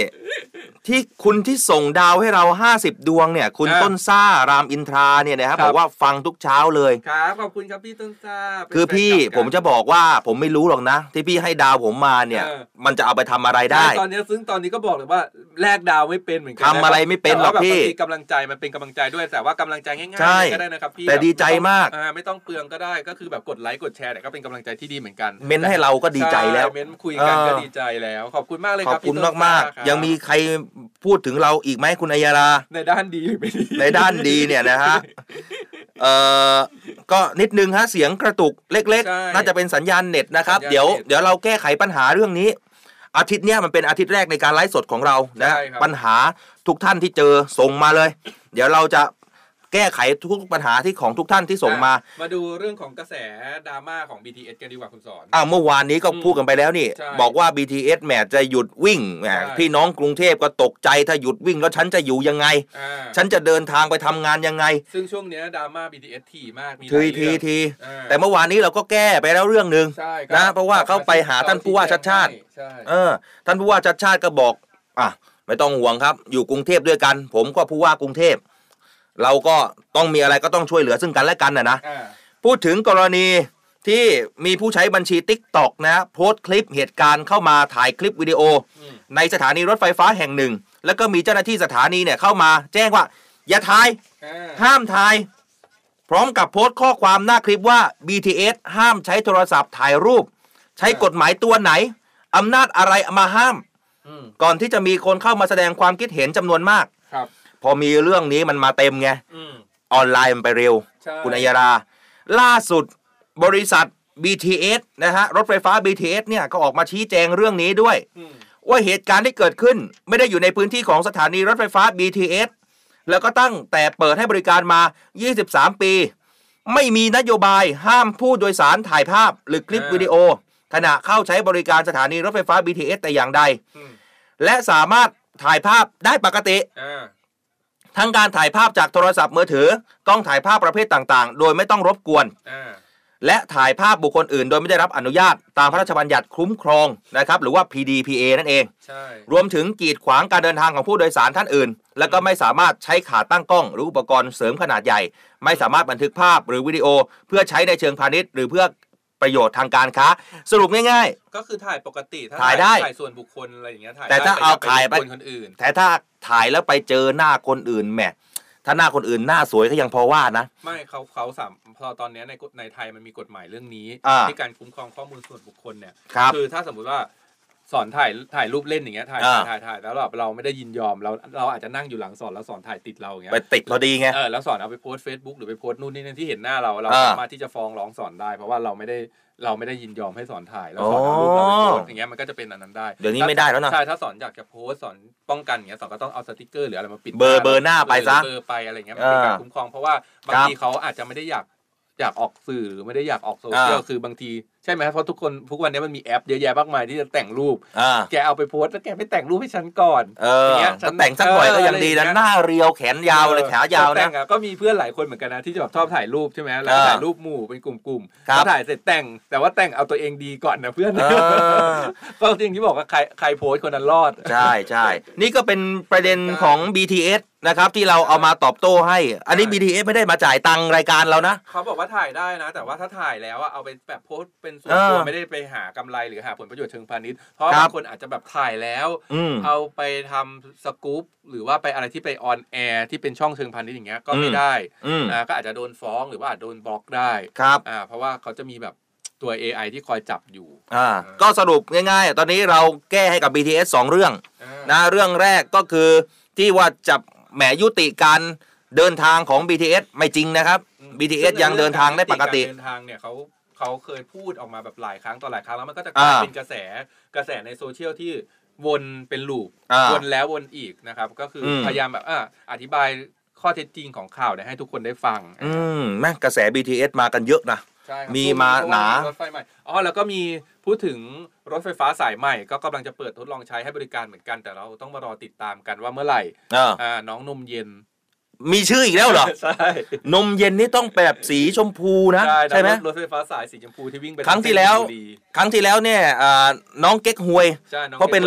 ที่คุณที่ส่งดาวให้เรา 50 ดวงเนี่ย คุณ อ่ะ ต้นซ่ารามอินทราเนี่ยนะครับ ครับ บอกว่าฟังทุกเช้าเลย ครับขอบคุณครับพี่ต้นซ่าเป็น คือพี่ แฟนคลับกัน ผมจะบอกว่าผมไม่รู้หรอกนะ ที่พี่ให้ดาวผมมาเนี่ย เออ มันจะเอาไปทำอะไรได้ ใช่ตอนนี้ซึ่งตอนนี้ก็บอกเลยว่าแลกดาวไม่เป็นเหมือนกั ทำอะไรไม่เป็นหรอก แต่ว่าแบบ พี่ บางทีกำลังใจมันเป็นกำลังใจด้วยแต่ว่ากำลังใจง่าย ใช่ ๆก็ได้นะครับพี่ แต่ดีใจมาก อ่ไม่ต้องเปลืองก็ได้ก็คือแบบกดไลค์กดแชร์เนี่ยก็เป็นกำลังใจที่ดีเหมือนกัน เม้นให้เราก็ดีใจแล้ว ช่เม้นคุยกันก็ เออ ดีใจแล้ว ขอบคุณมากเลย ข ค อ รับบ คุณ พี่ต้น มาก ซ่ครับ ๆ ยังมีใครพูดถึงเราอีกไหมคุณอัยยา รา ในด้านดีหรือไม่ดี ในด้านดีเนี่ยนะฮะ เอ่อ ก็นิดนึงฮะ เสียงกระตุกเล็ก ใช่ ๆ น่าจะเป็นสัญญาณเน็ตนะครับ สัญญาณ เดี๋ยว เน็ต เดี๋ยวเราแก้ไขปัญหาเรื่องนี้ อาทิตย์เนี้ยมันเป็นอาทิตย์แรกในการไลฟ์สดของเรานะ ใช่ครับ ปัญหาทุกท่านที่เจอส่งมาเลย เดี๋ยวเราจะแก้ไขทุกปัญหาที่ของทุกท่านที่ส่งมา อ่ะมาดูเรื่องของกระแสดราม่าของ BTS กันดีกว่าคุณสอน อ้าวเมื่อวานนี้ก็พูดกันไปแล้วนี่ ใช่ บอกว่า BTS แหมจะหยุดวิ่งแหม ใช่ พี่น้องกรุงเทพก็ตกใจถ้าหยุดวิ่งแล้วฉันจะอยู่ยังไง อ่า ฉันจะเดินทางไปทำงานยังไง ซึ่งช่วงเนี้ยดราม่า BTS ถี่มากมีห ที ลาย ที เรื่อง ที อ่า แต่เมื่อวานนี้เราก็แก้ไปแล้วเรื่องหนึ่ง ใช่คบ นะ เพราะว่าเขาไปหาท่านผู้ว่าชัดชาติ ใช่ เออ ท่านผู้ว่าชัดชาติก็บอก อ่ะ ไม่ต้องห่วงครับ อยู่กรุงเทพด้วยกัน ผมก็ผู้ว่ากรุงเทพ เราก็ต้องมีอะไรก็ต้องช่วยเหลือซึ่งกันและกันนะนะ อ่า พูดถึงกรณีที่มีผู้ใช้บัญชี t ิ k t o k นะ โพสต์คลิปเหตุการณ์เข้ามาถ่ายคลิปวิดีโอ อืม ในสถานีรถไฟฟ้าแห่งหนึ่ง แล้วก็มีเจ้าหน้าที่สถานีเนี่ยเข้ามา แจ้งว่า อย่าถ่าย อ่า ห้ามถ่าย พร้อมกับโพสต์ข้อความหน้าคลิปว่า BTS ห้ามใช้โทรศัพท์ถ่ายรูป ใช้กฎหมายตัวไหน อำนาจอะไรมาห้าม อืม ก่อนที่จะมีคนเข้ามาแสดงความคิดเห็นจำนวนมาก ครับ พอมีเรื่องนี้มันมาเต็มไง อืม ออนไลน์มันไปเร็ว ใช่ คุณอัยยารา ล่าสุดบริษัท BTS นะฮะ รถไฟฟ้า BTS เนี่ยก็ออกมาชี้แจงเรื่องนี้ด้วย อืม ว่าเหตุการณ์ที่เกิดขึ้น ไม่ได้อยู่ในพื้นที่ของสถานีรถไฟฟ้า BTS แล้วก็ตั้งแต่เปิดให้บริการมา 23 ปี ไม่มีนโยบายห้ามผู้โดยสารถ่ายภาพ หรือคลิป อ่า วิดีโอ ขณะเข้าใช้บริการสถานีรถไฟฟ้า BTS แต่อย่างใด อืม และสามารถถ่ายภาพได้ปกติ อ่า ทั้งการถ่ายภาพจากโทรศัพท์มือถือ ต้องถ่ายภาพประเภทต่างๆ โดยไม่ต้องรบกวน อ่า และถ่ายภาพบุคคลอื่น โดยไม่ได้รับอนุญาต ตามพระราชบัญญัติคุ้มครองนะครับหรือว่า PDPA นั่นเอง ใช่ รวมถึงกีดขวางการเดินทางของผู้โดยสารท่านอื่น และก็ไม่สามารถใช้ขาตั้งกล้อง หรืออุปกรณ์เสริมขนาดใหญ่ ไม่สามารถบันทึกภาพหรือวิดีโอ เพื่อใช้ในเชิงพาณิชย์ หรือเพื่อประโยชน์ทางการค้า สรุปง่าย ก็คือถ่ายปกติถ้า ถ่ายได้ ถ่ายส่วนบุคคลอะไรอย่างเงี้ยถ่าย แต่ถ้า ได้ เอา แต่อย่ ถ่ายไป รบกวนคนอื่น ๆ แต่ถ้าถ่ายแล้วไปเจอหน้าคนอื่นแหมถ้าหน้าคนอื่นหน้าสวยก็ยังพอว่านะ ไม่เขาเขาสามพอตอนเนี้ยในกฎในไทยมันมีกฎหมายเรื่องนี้ อ่า ที่การคุ้มครองข้อมูลส่วนบุคคลเนี่ย ครับ อถ้าสมมุติว่าสอนถ่ายถ่ายรูปเล่นอย่างเงี้ยถ่าย อ่า ถ่ายถ่ายแล้วเราเราไม่ได้ยินยอมเราเราอาจจะนั่งอยู่หลังสอนแล้วสอนถ่ายติดเราอย่างเงี้ย ไปติดพอดีไง เออแล้วสอนเอาไปโพสเฟซบุ๊กหรือไปโพสต์นู่นนี่นั่นที่เห็นหน้าเราเรา อ่า สามารถที่จะฟ้องร้องสอนได้ เพราะว่าเราไม่ได้เราไม่ได้ยินยอมให้สอนถ่ายแล้วสอนเอารูปเราไปโพสต์อย่างเงี้ยมันก็จะเป็นอันนั้นได้ เดี๋ยวนี้ไม่ได้แล้วนะ ใช่ถ้าสอนอยากจะโพสต์สอนป้องกันอย่างเงี้ยสอนก็ต้องเอาสติกเกอร์หรืออะไรมาปิด เบอร์เบอร์หน้าไปซะ เบอร์ไปอะไรเงี้ยมันเป็นการ อ่า คุ้มครองเพราะว่าคบาง รับ ทีเขาอาจจะไม่ได้อยากอยากออกสื่อหรือไม่ได้อยากออกโซเชียล อ่า คือบางทีใช่ไหมครับเพราะทุกคนทุกวันนี้มันมีแอปเยอะแยะมากมายที่จะแต่งรูป อ่า แกเอาไปโพสต์แล้วแกไม่แต่งรูปให้ฉันก่อน เออ อย่างเงี้ยฉัน ถ้าแต่งสักหน่อยก็ยังดี เอออะนะไรอย่างเงี้ย หน้าเรียวแขนยาวเลย ออ ขายาว แต่ นะ งอก็มีเพื่อนหลายคนเหมือนกันนะที่จะแบบชอบถ่ายรูปใช่ไหมแล้วก็ อ่า ถ่ายรูปหมู่เป็นกลุ่มๆ ครับ แล้วถ่ายเสร็จแต่ง แต่ว่าแต่งเอาตัวเองดีก่อนนะเพื่อน เออ ก็จริงที่บอกว่าใครใครโพสต์คนนั้นรอด ใช่ใช่ นี่ก็เป็นประเด็น ครับ ของ BTS นะครับ ที่เราเอามาตอบโต้ให้ อันนี้ ใช่ BTS ไม่ได้มาจ่ายตังค์รายการเรานะ เขาบอกว่าถ่ายได้นะ แต่ว่าถ้าถ่ายแล้วอะเอาไปแบบโพสต์ไป เป็นส่วนตัว อ่า ไม่ได้ไปหากำไรหรือหาผลประโยชน์เชิงพาณิชย์เพราะ ครับบางคนอาจจะแบบถ่ายแล้ว อืม เอาไปทำสกู๊ปหรือว่าไปอะไรที่ไปออนแอร์ที่เป็นช่องเชิงพาณิชย์อย่างเงี้ยก็ไม่ อืม ได้ อืม อ่าก็อาจจะโดนฟ้องหรือว่าอาจโดนบล็อกได้ ครับ อ่าเพราะว่าเขาจะมีแบบตัว AI ที่คอยจับอยู่ อ่า ก็สรุปง่ายๆอ่ะตอนนี้เราแก้ให้กับ BTS สองเรื่อง อ่า นะเรื่องแรกก็คือที่ว่าจะแหมยุติการเดินทางของ BTS ไม่จริงนะครับ อืม BTS ยังเดินทางได้ปกติ ซึ่งในเรื่องารเดินทางเนี่ยเขาเขาเคยพูดออกมาแบบหลายครั้งต่อหลายครั้งแล้วมันก็จะกลาย อ่า เป็นกระแสกระแสในโซเชียลที่วนเป็นลูป อ่า วนแล้ววนอีกนะครับ ก็คืออ ม พยายามแบบอ่าอธิบายข้อเท็จจริงของข่าวเนี่ยให้ทุกคนได้ฟัง อืมแม่งกระแส BTS มากันเยอะนะ ใช่ครับ มีมาหนา รถไฟใหม่อ๋อแล้วก็มีพูดถึงรถไฟฟ้าสายใหม่ ก็กำลังจะเปิดทดลองใช้ให้บริการเหมือนกัน แต่เราต้องมารอติดตามกันว่าเมื่อไหร่ เออ อ่าน้องนมเย็น มีชื่ออีกแล้วเหรอ ใช่ นมเย็นนี่ต้องแบบสีชมพูนะ ใช่ ใช่ไหม รถรถไฟฟ้าสายสีชมพูที่วิ่งไป ครั้งที่แล้ว เส้นมีนบุรี ครั้งที่แล้วเนี่ยอ่าน้องเก๊กฮวย ใช่น้อง เขาเป็น